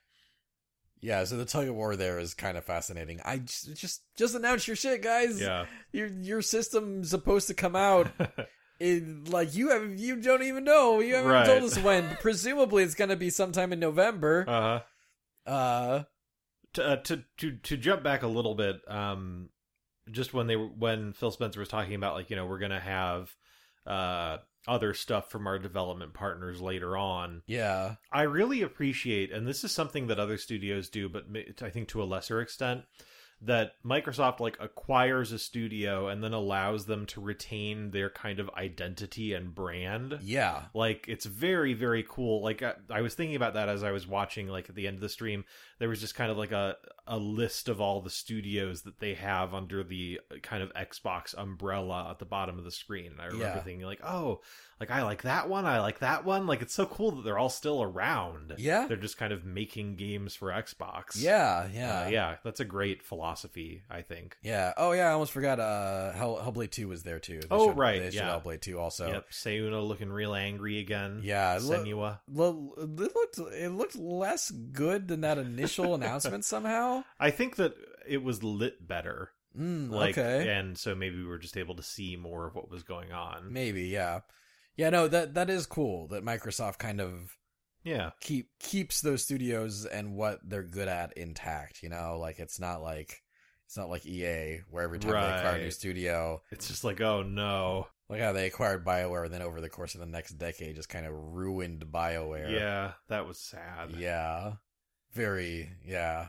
B: Yeah, so the tug of war there is kind of fascinating. I just just, just announce your shit, guys.
A: Yeah.
B: Your your system's supposed to come out in like you have you don't even know. You haven't
A: Right.
B: told us when. Presumably it's going to be sometime in November.
A: Uh-huh.
B: Uh
A: To, uh, to to to jump back a little bit, um just when they were when Phil Spencer was talking about like, you know, we're going to have uh other stuff from our development partners later on.
B: yeah.
A: I really appreciate, and this is something that other studios do, but ma- I think to a lesser extent, that Microsoft like acquires a studio and then allows them to retain their kind of identity and brand.
B: Yeah.
A: Like it's very very cool. Like I, I was thinking about that as I was watching. Like at the end of the stream, there was just kind of like a a list of all the studios that they have under the uh, kind of Xbox umbrella at the bottom of the screen. And I remember
B: Yeah.
A: thinking like, oh, like I like that one. I like that one. Like it's so cool that they're all still around.
B: Yeah.
A: they're just kind of making games for Xbox.
B: Yeah, yeah.
A: Uh, yeah. That's a great philosophy. I think.
B: Yeah. Oh yeah, I almost forgot uh Hell Hellblade 2 was there too. They
A: Oh,
B: showed-
A: right,
B: They showed
A: yeah.
B: Hellblade 2 also.
A: yep. Sayuna looking real angry again.
B: Yeah. it loo-
A: Senua.
B: lo- it looked it looked less good than that initial announcement somehow.
A: I think that it was lit better.
B: Mm,
A: like
B: okay.
A: and so maybe we were just able to see more of what was going on
B: Maybe, yeah. Yeah, no, that that is cool that Microsoft kind of
A: yeah
B: keep keeps those studios and what they're good at intact, you know? Like it's not like It's not like EA, where every time they acquire a new
A: Right.
B: studio,
A: It's just like, oh no.
B: like how they acquired BioWare, and then over the course of the next decade, just kind of ruined BioWare.
A: Yeah, that was sad.
B: Yeah. Very, yeah.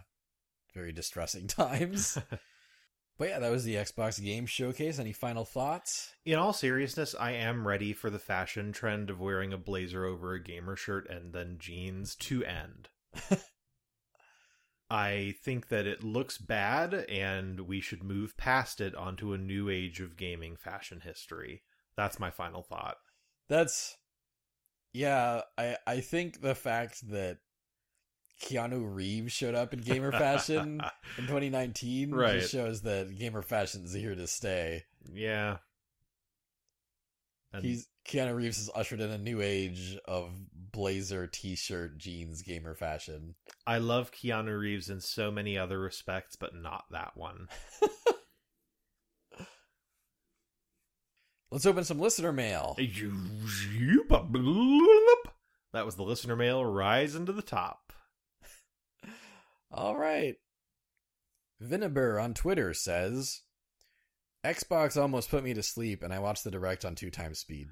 B: Very distressing times. but yeah, that was the Xbox Game Showcase. Any final thoughts?
A: In all seriousness, I am ready for the fashion trend of wearing a blazer over a gamer shirt and then jeans to end. I think that it looks bad and we should move past it onto a new age of gaming fashion history. That's my final thought.
B: That's yeah, I I think the fact that Keanu Reeves showed up in gamer fashion in 2019
A: Right.
B: just shows that gamer fashion is here to stay.
A: yeah. And
B: He's Keanu Reeves has ushered in a new age of blazer, t-shirt, jeans, gamer fashion.
A: I love Keanu Reeves in so many other respects, but not that one.
B: Let's open some listener mail.
A: That was the listener mail rising to the top.
B: All right. Vinegar on Twitter says, Xbox almost put me to sleep, and I watched the direct on two times speed.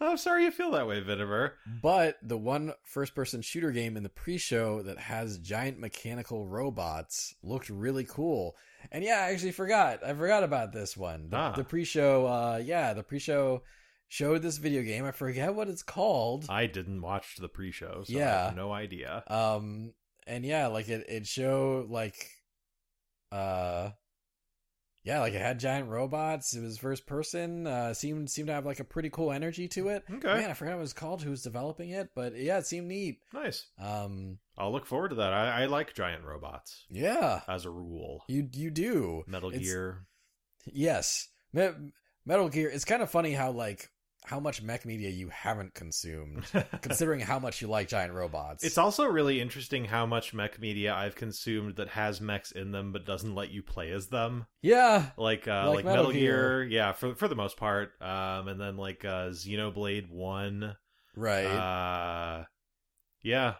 A: I'm sorry you feel that way, Viniver.
B: But the one first person shooter game in the pre show that has giant mechanical robots looked really cool. And yeah, I actually forgot. I forgot about this one. The,
A: Ah.
B: the pre show, uh, yeah, the pre show showed this video game. I forget what it's called.
A: I didn't watch the pre-show, so I
B: Yeah.
A: have no idea.
B: Um, and yeah, like it, it show like, uh, yeah, like it had giant robots. It was first person. Uh, seemed seemed to have like a pretty cool energy to it.
A: Okay,
B: Man, I forgot what it was called. Who was developing it? But yeah, it seemed neat.
A: nice.
B: Um,
A: I'll look forward to that. I, I like giant robots
B: yeah,
A: as a rule.
B: you you do.
A: Metal
B: It's-
A: Gear.
B: Yes, Me- Metal Gear. It's kind of funny how like how much mech media you haven't consumed, considering how much you like giant robots.
A: It's also really interesting how much mech media I've consumed that has mechs in them but doesn't let you play as them.
B: yeah,
A: Like uh like, Metal, Gear. yeah, for for the most part. Um and then like uh Xenoblade 1.
B: right.
A: Uh yeah.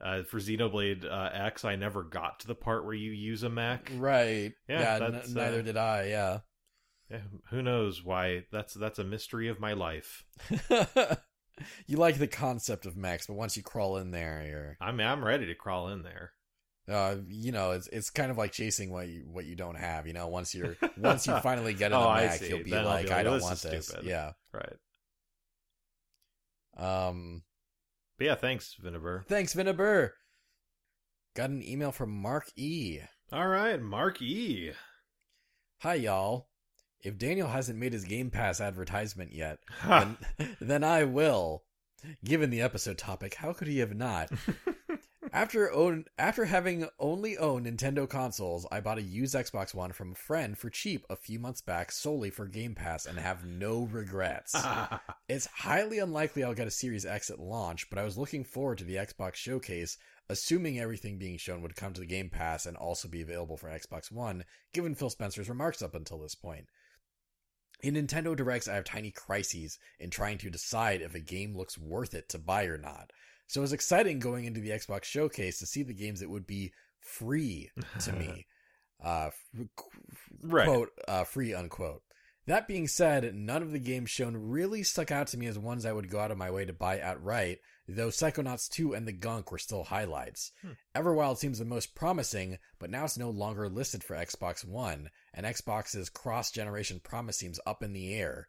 A: Uh, for Xenoblade uh, X, I never got to the part where you use a mech.
B: Right.
A: Yeah,
B: Yeah. n-
A: that's, uh,
B: neither did I. Yeah.
A: Yeah, Eh, who knows why? That's that's a mystery of my life.
B: you like the concept of Max, but once you crawl in there,
A: I'm I'm ready to crawl in there.
B: you're, uh, you know, it's it's kind of like chasing what you what you don't have. You know, once you're once you finally get in
A: Oh,
B: the
A: I
B: Mac,
A: see.
B: you'll be
A: Then I'll
B: like,
A: be
B: I
A: like, "Oh,
B: don't
A: this
B: want
A: is
B: this.
A: stupid.
B: Yeah.
A: Right.
B: Um.
A: But yeah, thanks, Vinegar.
B: Thanks, Vinegar. Got an email from Mark E.
A: All right, Mark E.
B: Hi, y'all. If Daniel hasn't made his Game Pass advertisement yet,
A: Ha.
B: then, then I will. Given the episode topic, how could he have not? after own, after having only owned Nintendo consoles, I bought a used Xbox One from a friend for cheap a few months back solely for Game Pass and have no regrets. it's highly unlikely I'll get a Series X at launch, but I was looking forward to the Xbox showcase, assuming everything being shown would come to the Game Pass and also be available for Xbox One, given Phil Spencer's remarks up until this point. In Nintendo Directs, I have tiny crises in trying to decide if a game looks worth it to buy or not. So it was exciting going into the Xbox showcase to see the games that would be free to me. Uh, f-
A: right.
B: quote uh, free unquote. That being said, none of the games shown really stuck out to me as ones I would go out of my way to buy outright, though Psychonauts 2 and The Gunk were still highlights.
A: Hmm.
B: Everwild seems the most promising, but now it's no longer listed for Xbox One, and Xbox's cross generation promise seems up in the air.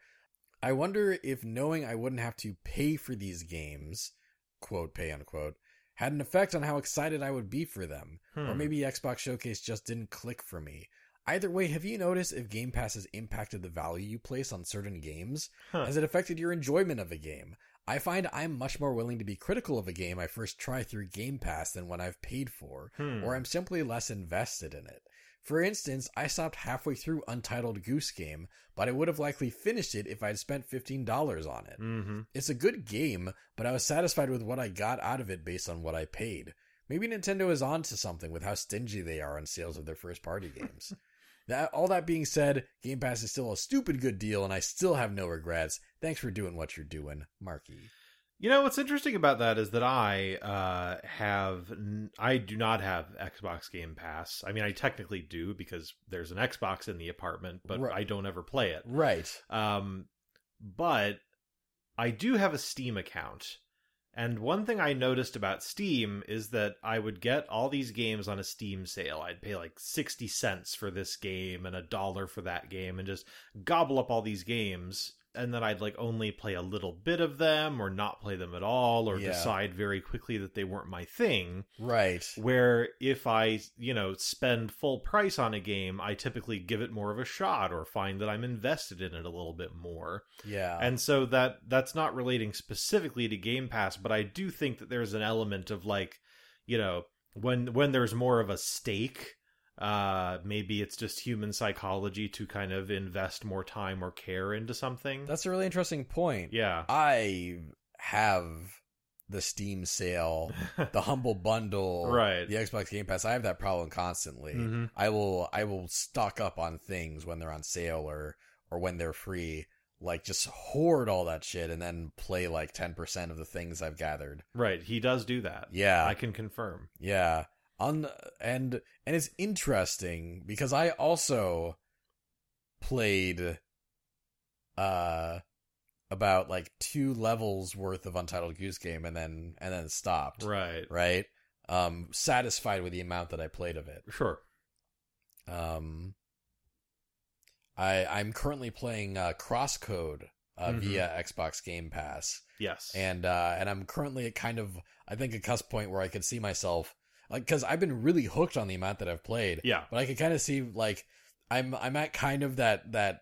B: I wonder if knowing I wouldn't have to pay for these games, quote, pay unquote, had an effect on how excited I would be for them
A: Hmm.
B: or maybe Xbox Showcase just didn't click for me. Either way, have you noticed if Game Pass has impacted the value you place on certain games?
A: Huh.
B: Has it affected your enjoyment of a game? I find I'm much more willing to be critical of a game I first try through Game Pass than when I've paid for,
A: Hmm.
B: or I'm simply less invested in it. For instance, I stopped halfway through Untitled Goose Game, but I would have likely finished it if I'd spent $15 on it.
A: Mhm.
B: It's a good game, but I was satisfied with what I got out of it based on what I paid. Maybe Nintendo is onto something with how stingy they are on sales of their first party games. that all that being said, Game Pass is still a stupid good deal and I still have no regrets. Thanks for doing what you're doing, Marky.
A: You know what's interesting about that is that I uh, have n- I do not have Xbox Game Pass. I mean, I technically do because there's an Xbox in the apartment, but
B: Right.
A: I don't ever play it.
B: Right.
A: Um, but I do have a Steam account. And one thing I noticed about Steam is that I would get all these games on a Steam sale. I'd pay like 60 cents for this game and a dollar for that game and just gobble up all these games. And then I'd like only play a little bit of them or not play them at all or
B: Yeah.
A: decide very quickly that they weren't my thing
B: Right.
A: where if I, you know, spend full price on a game, I typically give it more of a shot or find that I'm invested in it a little bit more.
B: Yeah.
A: And so that that's not relating specifically to Game Pass, but I do think that there's an element of like, you know, when when there's more of a stake, uh maybe it's just human psychology to kind of invest more time or care into something.
B: That's a really interesting point.
A: yeah.
B: I have the Steam sale, the humble bundle,
A: Right.
B: the Xbox Game Pass. I have that problem constantly.
A: Mhm.
B: I will I will stock up on things when they're on sale or or when they're free. Like just hoard all that shit and then play like ten percent of the things I've gathered.
A: Right, he does do that.
B: Yeah.
A: I can confirm.
B: Yeah. On and and it's interesting because I also played uh about like two levels worth of Untitled Goose Game and then and then stopped.
A: Right.
B: Right? Um satisfied with the amount that I played of it.
A: Sure.
B: Um I I'm currently playing uh Crosscode uh,
A: Mhm.
B: via Xbox Game Pass
A: Yes.
B: and uh, and I'm currently at kind of I think a cusp point where I could see myself like because I've been really hooked on the amount that I've played,
A: yeah.
B: but I could kind of see like I'm I'm at kind of that that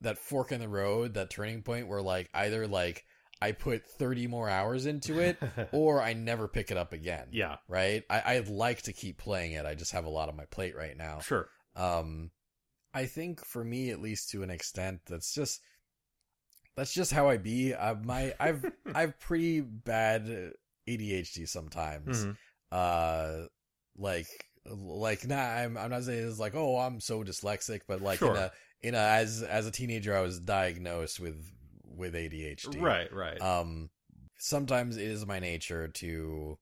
B: that fork in the road, that turning point where like either like I put 30 more hours into it or I never pick it up again.
A: yeah.
B: Right? I, I'd like to keep playing it. I just have a lot on my plate right now.
A: Sure.
B: Um, I think for me, at least to an extent, that's just that's just how I be. Uh, my I've
A: Mm-hmm.
B: I've pretty bad ADHD sometimes.
A: Mhm.
B: Uh, like like nah, I'm I'm not saying it's like oh I'm so dyslexic, but like
A: Sure.
B: in a in a as as a teenager, I was diagnosed with with ADHD.
A: Right, right.
B: Um, sometimes it is my nature to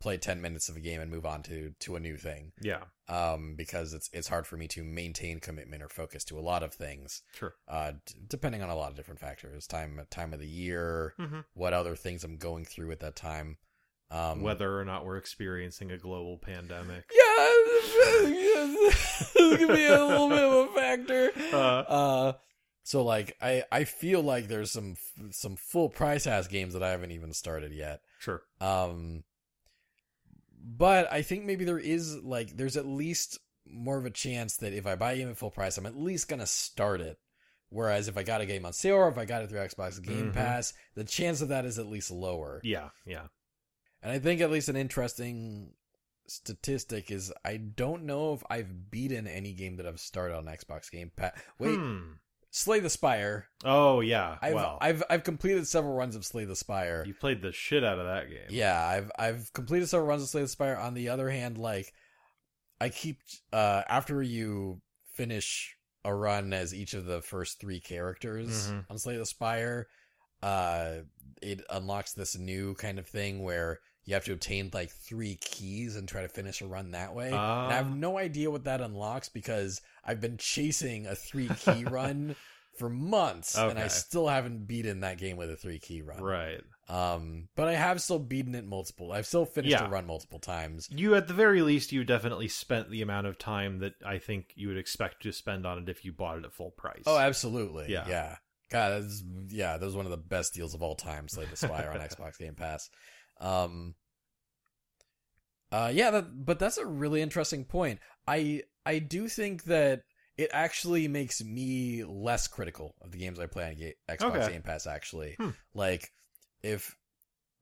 B: play ten minutes of a game and move on to to a new thing
A: yeah,
B: um, because it's it's hard for me to maintain commitment or focus to a lot of things,
A: sure.
B: uh, d- depending on a lot of different factors, time time of the year,
A: Mhm.
B: what other things I'm going through at that time, um,
A: Whether or not we're experiencing a global pandemic.
B: Yeah, it's gonna be a little bit of a factor.
A: Uh.
B: Uh, so like I I feel like there's some f- some full price ass games that I haven't even started yet.
A: Sure.
B: Um, but I think maybe there is like there's at least more of a chance that if I buy a game at full price, I'm at least gonna start it. Whereas if I got a game on sale or if I got it through Xbox Game
A: Mhm.
B: Pass, the chance of that is at least lower.
A: Yeah, yeah.
B: And I think at least an interesting statistic is I don't know if I've beaten any game that I've started on Xbox Game Pass. Wait,
A: Hmm.
B: Slay the Spire.
A: Oh yeah.
B: I've,
A: well,
B: I've I've completed several runs of Slay the Spire.
A: you played the shit out of that game.
B: Yeah, I've I've completed several runs of Slay the Spire. On the other hand, like I keep uh after you finish a run as each of the first three characters
A: Mhm.
B: on Slay the Spire, uh it unlocks this new kind of thing where you have to obtain like three keys and try to finish a run that way. and I have
A: Ah.
B: no idea what that unlocks because I've been chasing a three key run for months and I
A: Okay.
B: still haven't beaten that game with a three key run.
A: Right.
B: Um, but I have still beaten it multiple. I've still finished
A: Yeah.
B: a run multiple times.
A: You at the very least you definitely spent the amount of time that I think you would expect to spend on it if you bought it at full price.
B: Oh, absolutely.
A: Yeah.
B: Yeah. God, that's, yeah, that was one of the best deals of all time, Slay the Spire on Xbox Game Pass. Um, uh, yeah, that, but that's a really interesting point. I I do think that it actually makes me less critical of the games I play on Ga- Xbox
A: Okay.
B: Game Pass. Actually,
A: Hmm.
B: like if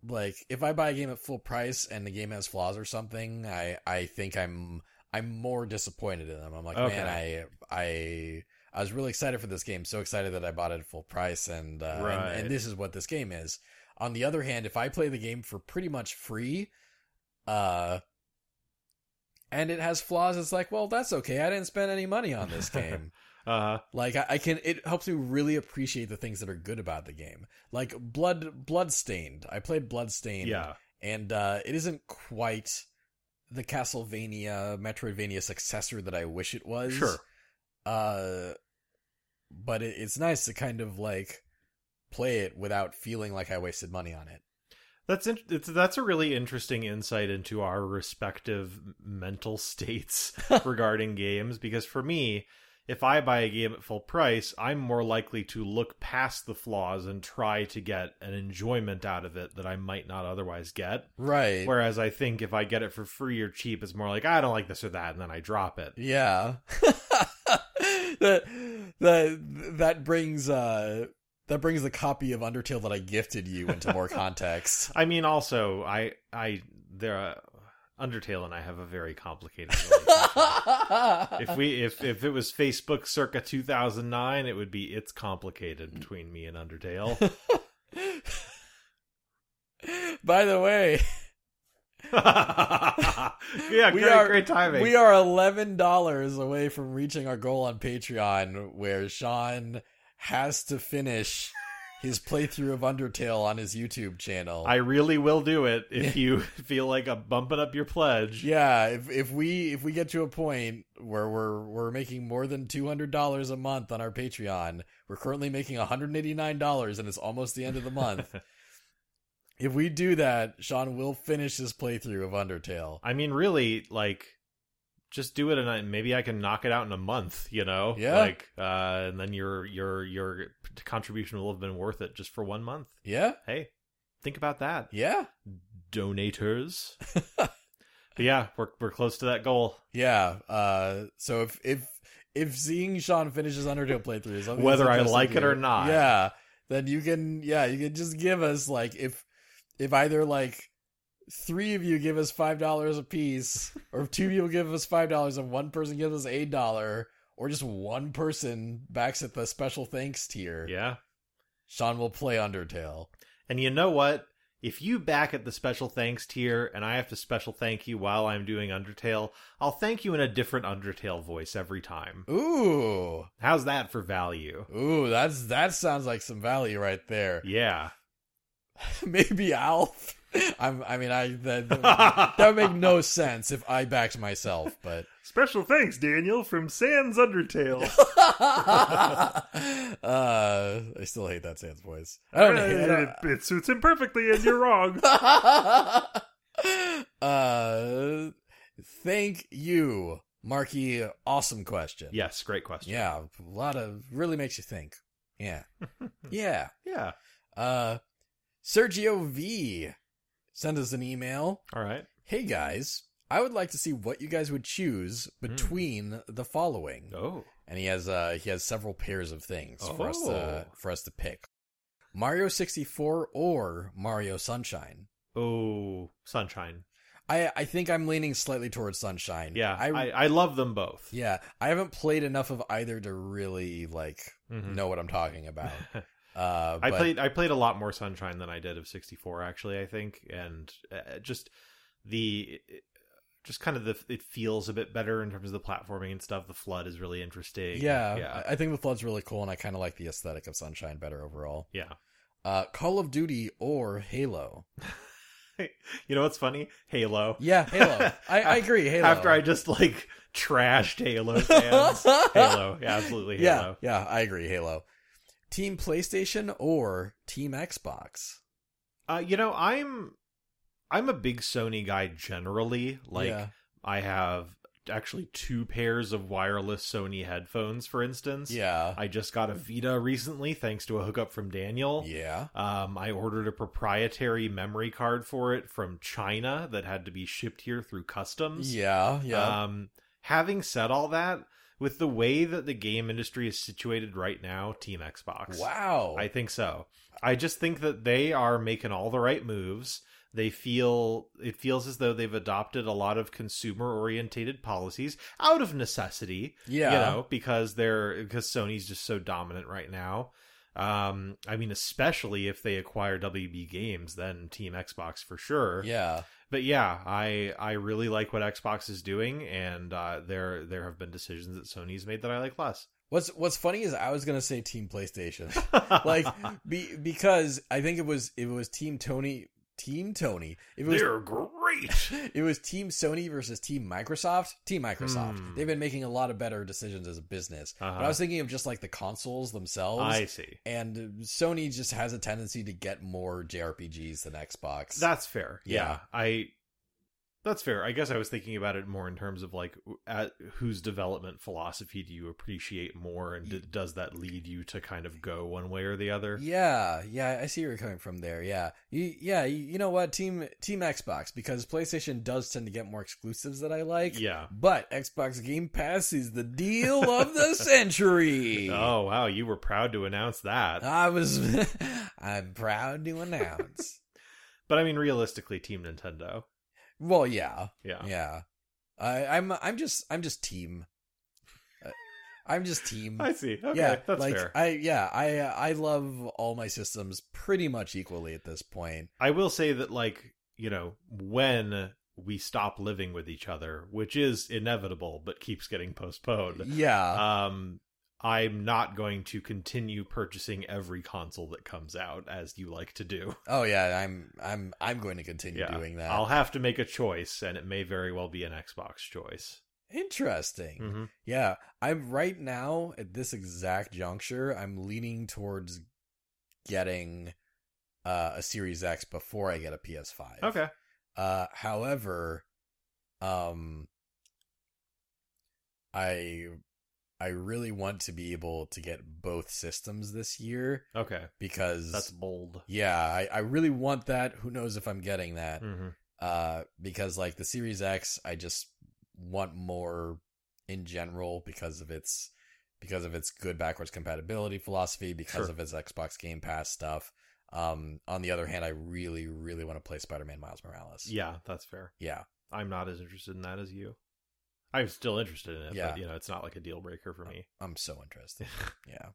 B: like if I buy a game at full price and the game has flaws or something, I I think I'm I'm more disappointed in them. I'm like,
A: Okay.
B: man, I I I was really excited for this game, so excited that I bought it at full price, and uh, and- and,
A: Right.
B: this is what this game is. On the other hand, if I play the game for pretty much free, uh, and it has flaws, it's like, well, that's okay. I didn't spend any money on this game.
A: Uh,
B: Like I, I can, it helps me really appreciate the things that are good about the game. Like Blood, Bloodstained. I played Bloodstained,
A: yeah.
B: and uh, it isn't quite the Castlevania, Metroidvania successor that I wish it was.
A: Sure.
B: Uh, but it, it's nice to kind of like play it without feeling like I wasted money on it.
A: That's in- it's, that's a really interesting insight into our respective mental states regarding games because for me, if I buy a game at full price, I'm more likely to look past the flaws and try to get an enjoyment out of it that I might not otherwise get.
B: Right.
A: Whereas I think if I get it for free or cheap, it's more like I don't like this or that, and then I drop it.
B: Yeah. that that that brings uh that brings the copy of Undertale that I gifted you into more context.
A: I mean, also, I I there are, Undertale and I have a very complicated relationship.
B: Uh-uh.
A: if we if if it was Facebook circa 2009, it would be it's complicated between me and Undertale.
B: By the way,
A: yeah,
B: We
A: great,
B: are-
A: great timing.
B: we are eleven dollars away from reaching our goal on Patreon, where Sean has to finish his playthrough of Undertale on his YouTube channel.
A: I really will do it if you feel like a bumping up your pledge.
B: Yeah, if if we if we get to a point where we're we're making more than two hundred dollars a month on our Patreon, we're currently making one hundred eighty nine dollars, and it's almost the end of the month. if we do that, Sean will finish his playthrough of Undertale.
A: I mean, really, like, just do it, and I, maybe I can knock it out in a month. You know,
B: Yeah.
A: Like, uh, and then your your your contribution will have been worth it just for one month.
B: Yeah,
A: Hey, think about that,
B: yeah,
A: donators. but yeah, we're we're close to that goal.
B: yeah. Uh, so if if if seeing Sean finish his Undertale playthrough is something
A: Whether
B: that's
A: I
B: interesting
A: like
B: to
A: it or
B: you,
A: not.
B: yeah, then you can yeah you can just give us like if if either like three of you give us five dollars a piece, or if two people give us five dollars and one person gives us a dollar, or just one person backs at the special thanks tier,
A: Yeah,
B: Sean will play Undertale.
A: and you know what? If you back at the special thanks tier, and I have to special thank you while I'm doing Undertale, I'll thank you in a different Undertale voice every time.
B: Ooh,
A: How's that for value?
B: ooh, that's that sounds like some value right there.
A: Yeah.
B: Maybe I'll. I'm, I mean, I that, that would make no sense if I backed myself, but
A: Special thanks, Daniel, from Sans Undertale.
B: uh, I still hate that Sans voice.
A: Oh,
B: I don't hate it.
A: Uh, suits him perfectly, and you're wrong.
B: uh, thank you, Marky. Awesome question.
A: yes, great question.
B: Yeah, a lot of really makes you think. Yeah, yeah.
A: Yeah.
B: Uh, Sergio V sent us an email.
A: All right.
B: Hey guys, I would like to see what you guys would choose between the following.
A: Hmm. Oh.
B: and he has uh he has several pairs of things for us to
A: Oh.
B: for us to pick. Mario 64 or Mario Sunshine.
A: Oh, Sunshine.
B: I I think I'm leaning slightly towards Sunshine.
A: Yeah,
B: Mm. I,
A: I, I, love them both.
B: yeah, I haven't played enough of either to really like
A: Mhm.
B: know what I'm talking about. Uh
A: I
B: but-
A: played I played a lot more Sunshine than I did of 64 actually I think and uh, just the just kind of the it feels a bit better in terms of the platforming and stuff the flood is really interesting
B: yeah,
A: yeah
B: I I think the flood's really cool, and I kind of like the aesthetic of Sunshine better overall.
A: yeah
B: Uh, Call of Duty or Halo?
A: you know what's funny Halo
B: Yeah, Halo. I, I agree. Halo.
A: after I just like trashed Halo fans. Halo, yeah, absolutely Halo.
B: Yeah, yeah, I agree. Halo. Team PlayStation or Team Xbox?
A: Uh, you know, I'm I'm a big Sony guy generally. Like
B: Yeah.
A: I have actually two pairs of wireless Sony headphones, for instance.
B: Yeah.
A: I just got a Vita recently thanks to a hookup from Daniel.
B: Yeah.
A: Um, I ordered a proprietary memory card for it from China that had to be shipped here through customs.
B: Yeah. Yeah.
A: Um, having said all that, with the way that the game industry is situated right now, Team Xbox.
B: wow.
A: I think so. I just think that they are making all the right moves. They feel it feels as though they've adopted a lot of consumer orientated policies out of necessity,
B: yeah.
A: you know, because they're because Sony's just so dominant right now. Um, I mean, especially if they acquire WB Games, then Team Xbox for sure
B: Yeah.
A: but yeah, I I really like what Xbox is doing, and uh, there there have been decisions that Sony's made that I like less.
B: What's What's funny is I was gonna say Team PlayStation, like be, because I think it was it was Team Tony, Team Tony. If it was
A: they're great.
B: it was Team Sony versus Team Microsoft. Team Microsoft.
A: Hmm.
B: They've been making a lot of better decisions as a business. But I
A: Uh-huh.
B: was thinking of just like the consoles themselves.
A: I see.
B: and Sony just has a tendency to get more JRPGs than Xbox.
A: That's fair. Yeah.
B: Yeah.
A: I. That's fair. I guess I was thinking about it more in terms of like w- at whose development philosophy do you appreciate more, and d- does that lead you to kind of go one way or the other?
B: yeah, yeah, I see where you're coming from there. Yeah, you, yeah, you, you know what, team Team Xbox because PlayStation does tend to get more exclusives that I like.
A: Yeah.
B: But Xbox Game Pass is the deal of the century.
A: Oh wow, you were proud to announce that.
B: I was, I'm proud to announce.
A: But I mean, realistically, Team Nintendo.
B: well, yeah,
A: Yeah.
B: Yeah, I, I'm I'm just I'm just team. Uh, I'm just team.
A: I see. Okay,
B: yeah,
A: that's
B: like
A: fair. I,
B: I yeah I uh, I love all my systems pretty much equally at this point.
A: will say that, like, you know, when we stop living with each other, which is inevitable but keeps getting postponed,
B: Yeah,
A: um, I'm not going to continue purchasing every console that comes out as you like to do.
B: oh yeah, I'm I'm I'm going to continue
A: Yeah,
B: doing that.
A: I'll have to make a choice, and it may very well be an Xbox choice.
B: Interesting.
A: hmm
B: Yeah, I'm right now at this exact juncture. I'm leaning towards getting uh, a Series X before I get a PS5.
A: Okay.
B: Uh, however, um, I I really want to be able to get both systems this year
A: Okay.
B: because
A: That's bold.
B: yeah, I, I really want that. Who knows if I'm getting that?
A: hmm
B: Uh, because like the Series X, I just want more in general because of its because of its good backwards compatibility philosophy, because
A: Sure.
B: of its Xbox Game Pass stuff. Um, on the other hand, I really, really want to play Spider-Man Miles Morales.
A: Yeah, that's fair.
B: Yeah.
A: I'm not as interested in that as you. I'm still interested in it,
B: Yeah.
A: but you know, it's not like a deal breaker for me.
B: I'm so interested. yeah.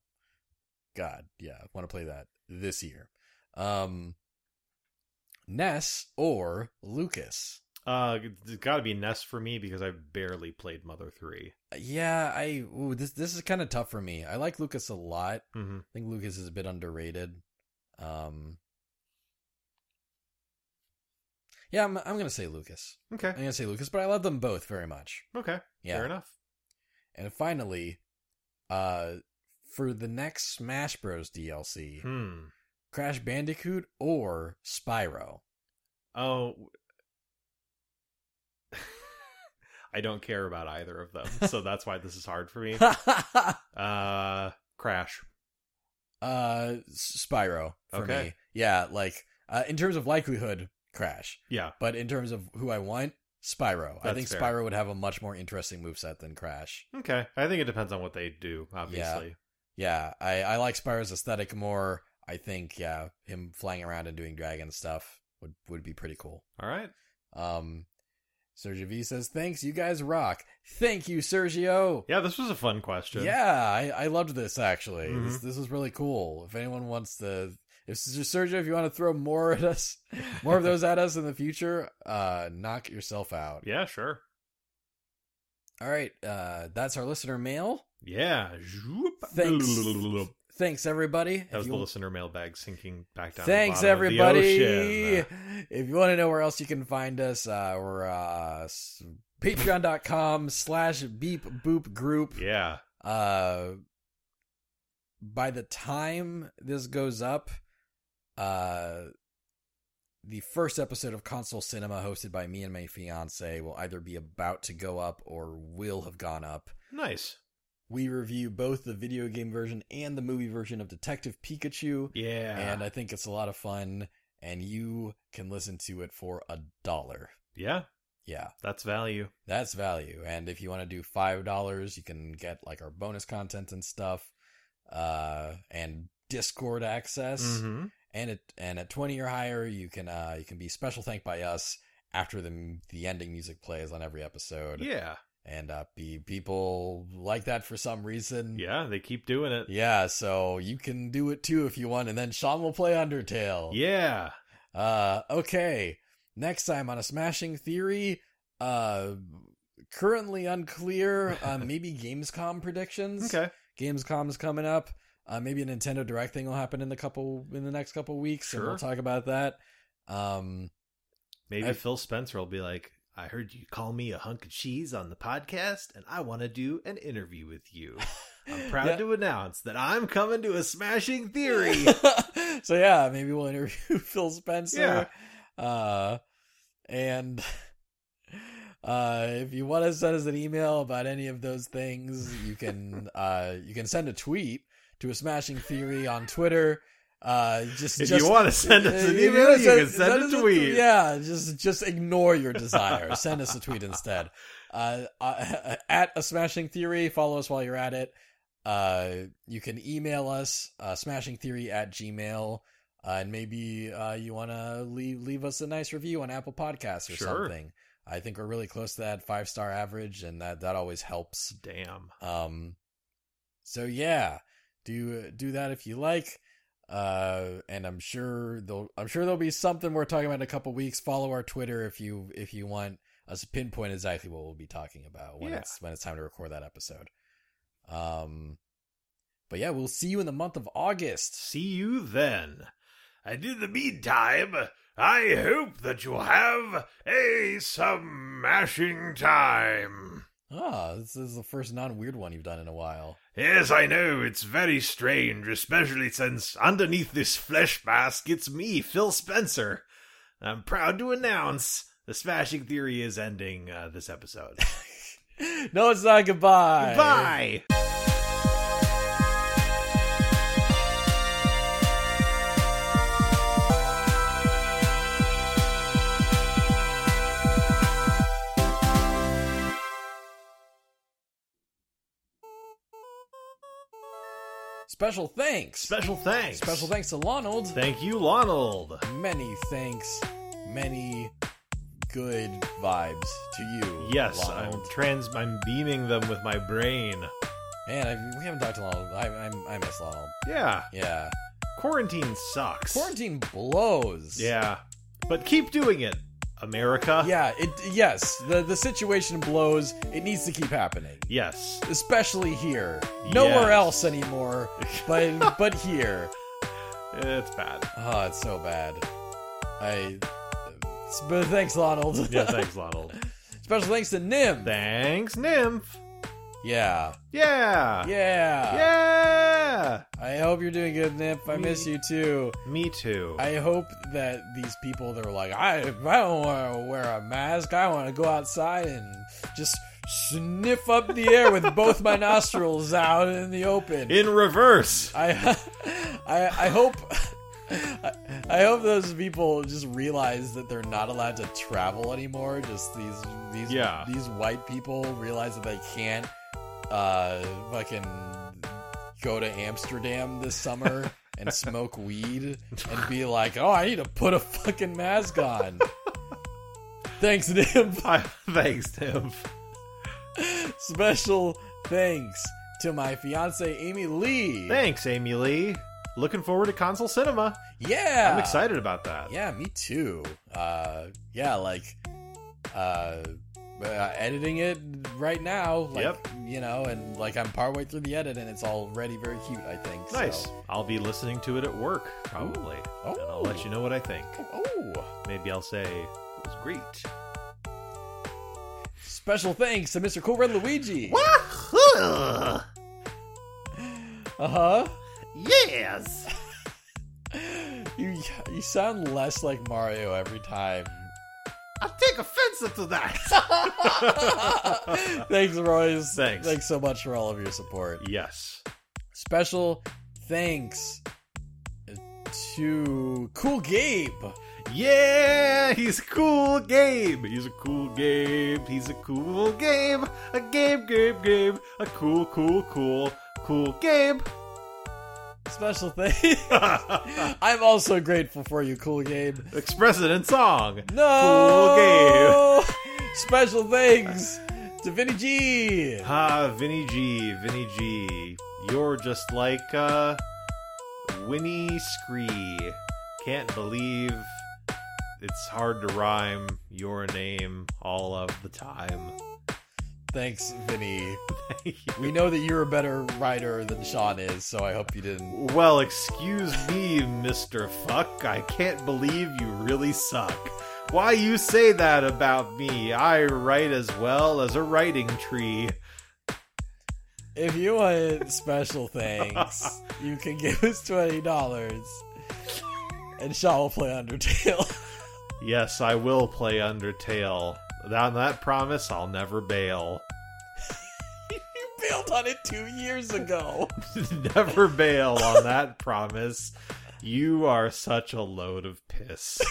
B: God, yeah, I want to play that this year. Um Ness or Lucas.
A: Uh, it's got to be Ness for me because I barely played Mother 3
B: Yeah, I ooh, this this is kind of tough for me. I like Lucas a lot.
A: Mm-hmm.
B: I think Lucas is a bit underrated. Um Yeah, I'm I'm going to say Lucas.
A: Okay,
B: I'm going to say Lucas, but I love them both very much.
A: okay,
B: Yeah.
A: fair enough.
B: And finally, uh for the next Smash Bros DLC,
A: Hmm.
B: Crash Bandicoot or Spyro?
A: Oh, I don't care about either of them, so that's why this is hard for me. Uh, Crash.
B: uh, Spyro for
A: Okay.
B: me. Yeah, like uh, in terms of likelihood, Crash.
A: Yeah,
B: But in terms of who I want, Spyro. I
A: That's
B: think
A: fair.
B: Spyro would have a much more interesting moveset than Crash.
A: okay. I think it depends on what they do, obviously.
B: Yeah, I, I like Spyro's aesthetic more. I think yeah, him flying around and doing dragon stuff would would be pretty cool.
A: All right.
B: Um, Sergio V says thanks, you guys rock. Thank you, Sergio.
A: Yeah, this was a fun question.
B: Yeah, I, I loved this actually.
A: Mhm.
B: This, this was really cool. If anyone wants to, if Sergio, if you want to throw more at us, more of those at us in the future, uh, knock yourself out.
A: Yeah, sure.
B: All right, uh, that's our listener mail.
A: Yeah.
B: Thanks. Thanks everybody. If
A: That was
B: you
A: the
B: want-
A: listener mailbag sinking back down. to the
B: Thanks
A: bottom of the
B: everybody.
A: ocean. uh.
B: if you want to know where else you can find us, uh, we're uh, s- patreon.com slash beep boop group.
A: Yeah.
B: uh by the time this goes up uh the first episode of console cinema hosted by me and my fiance will either be about to go up or will have gone up
A: Nice.
B: we review both the video game version and the movie version of detective pikachu
A: Yeah.
B: and uh, i think it's a lot of fun and you can listen to it for a dollar
A: yeah,
B: yeah
A: that's value.
B: that's value. And if you want to do five dollars, you can get like our bonus content and stuff, uh, and Discord access.
A: Mhm.
B: And at and at twenty or higher, you can uh, you can be special thanked by us after the the ending music plays on every episode.
A: Yeah.
B: And uh, be people like that for some reason.
A: Yeah, they keep doing it.
B: mm. Yeah, so you can do it too if you want, and then Sean will play Undertale.
A: Yeah.
B: Uh, okay. Next time on a smashing theory, uh, currently unclear. Uh, maybe Gamescom predictions.
A: Okay.
B: Gamescom's coming up. Uh, maybe a Nintendo Direct thing will happen in the couple in the next couple weeks, and we'll
A: Sure.
B: talk about that. Um,
A: Maybe
B: I-
A: Phil Spencer will be like, I heard you call me a hunk of cheese on the podcast, and I want to do an interview with you. I'm proud
B: Yeah.
A: to announce that I'm coming to a smashing theory.
B: so yeah, maybe we'll interview Phil Spencer. Uh and uh if you want to send us an email about any of those things, you can uh you can send a tweet to a smashing theory on Twitter. Uh just
A: if
B: just
A: you want to send us an
B: if you
A: email,
B: wanna
A: you
B: send-
A: can send
B: us
A: a tweet.
B: yeah, just just ignore your desire. send us a tweet instead. Uh, uh, at a smashing theory, follow us while you're at it. Uh, you can email us uh, smashingtheory at gmail, uh, and maybe uh, you want to leave leave us a nice review on Apple Podcasts or
A: Sure.
B: something. I think we're really close to that five star average, and that that always helps.
A: Damn.
B: Um, so yeah, do do that if you like. Uh, and I'm sure there'll I'm sure there'll be something we're talking about in a couple weeks. Follow our Twitter if you if you want us to pinpoint exactly what we'll be talking about when
A: Yeah.
B: it's when it's time to record that episode. Um, but yeah, we'll see you in the month of August.
A: See you then. And in the meantime, I hope that you'll have a smashing time.
B: Ah, this is the first non weird one you've done in a while.
A: Yes, I know, it's very strange, especially since underneath this flesh mask, it's me, Phil Spencer. I'm proud to announce the smashing theory is ending uh, this episode.
B: no, it's not. Goodbye.
A: Bye!
B: Special thanks.
A: Special thanks.
B: Special thanks to Lonald.
A: Thank you, Lonald.
B: many thanks, many good vibes to you.
A: Yes,
B: Lonald.
A: I'm trans. I'm beaming them with my brain.
B: Man, I, we haven't talked to Lonald. I, I, I miss Lonald.
A: Yeah,
B: Yeah,
A: quarantine sucks.
B: quarantine blows.
A: Yeah, but keep doing it, America.
B: yeah. It yes, the the situation blows. It needs to keep happening,
A: Yes.
B: especially here. Nowhere
A: Yes.
B: else anymore, but but here.
A: It's bad.
B: Oh, it's so bad. I. But thanks, Lonald.
A: Yeah, thanks, Lonald.
B: Special thanks to Nim.
A: thanks, Nymph.
B: Yeah.
A: Yeah.
B: Yeah.
A: Yeah.
B: I hope you're doing good, Nip. I miss you too.
A: Me too.
B: I hope that these people that are like, I, I don't want to wear a mask. I want to go outside and just sniff up the air with both my nostrils out in the open.
A: In reverse.
B: I, I, I hope. I, I hope those people just realize that they're not allowed to travel anymore. Just these these
A: Yeah.
B: these white people realize that they can't uh fucking go to Amsterdam this summer and smoke weed and be like, "Oh, I need to put a fucking mask on." Thanks, Nim.
A: I- thanks, Nymph.
B: Special thanks to my fiance Amy Lee.
A: Thanks, Amy Lee. Looking forward to console cinema.
B: Yeah.
A: I'm excited about that.
B: Yeah, me too. Uh, yeah, like uh, uh, editing it right now. Like,
A: Yep.
B: You know, and like I'm partway through the edit, and it's already very cute. I think. so-
A: Nice. I'll be listening to it at work, probably.
B: Oh.
A: And I'll let you know what I think.
B: Oh.
A: Maybe I'll say, it was great.
B: Special thanks to Mr. Cool Red Luigi.
A: Wahoo!
B: Uh huh.
A: Yes!
B: You you sound less like Mario every time.
A: I take offense to that!
B: Thanks, Royce.
A: Thanks.
B: Thanks so much for all of your support.
A: yes.
B: Special thanks to Cool Gabe.
A: Yeah! He's cool, Gabe! He's a cool Gabe! He's a cool Gabe! A Gabe, Gabe, Gabe! A cool, cool, cool, cool Gabe!
B: Special thanks. I'm also grateful for you, Cool Gabe.
A: Express it in song!
B: No! Cool Gabe. Special thanks to Vinny G.
A: Ha, Vinny G, Vinny G. You're just like, uh, Winnie Scree. Can't believe it's hard to rhyme your name all of the time.
B: Thanks, Vinny. We know that you're a better writer than Sean is, so I hope you didn't.
A: well, excuse me, Mr. Fuck. I can't believe you really suck. Why you say that about me? I write as well as a writing tree.
B: If you want special thanks, you can give us twenty dollars, and Sean will play Undertale.
A: Yes, I will play Undertale. On that promise, I'll never bail.
B: you bailed on it two years ago.
A: never bail on that promise. You are such a load of piss.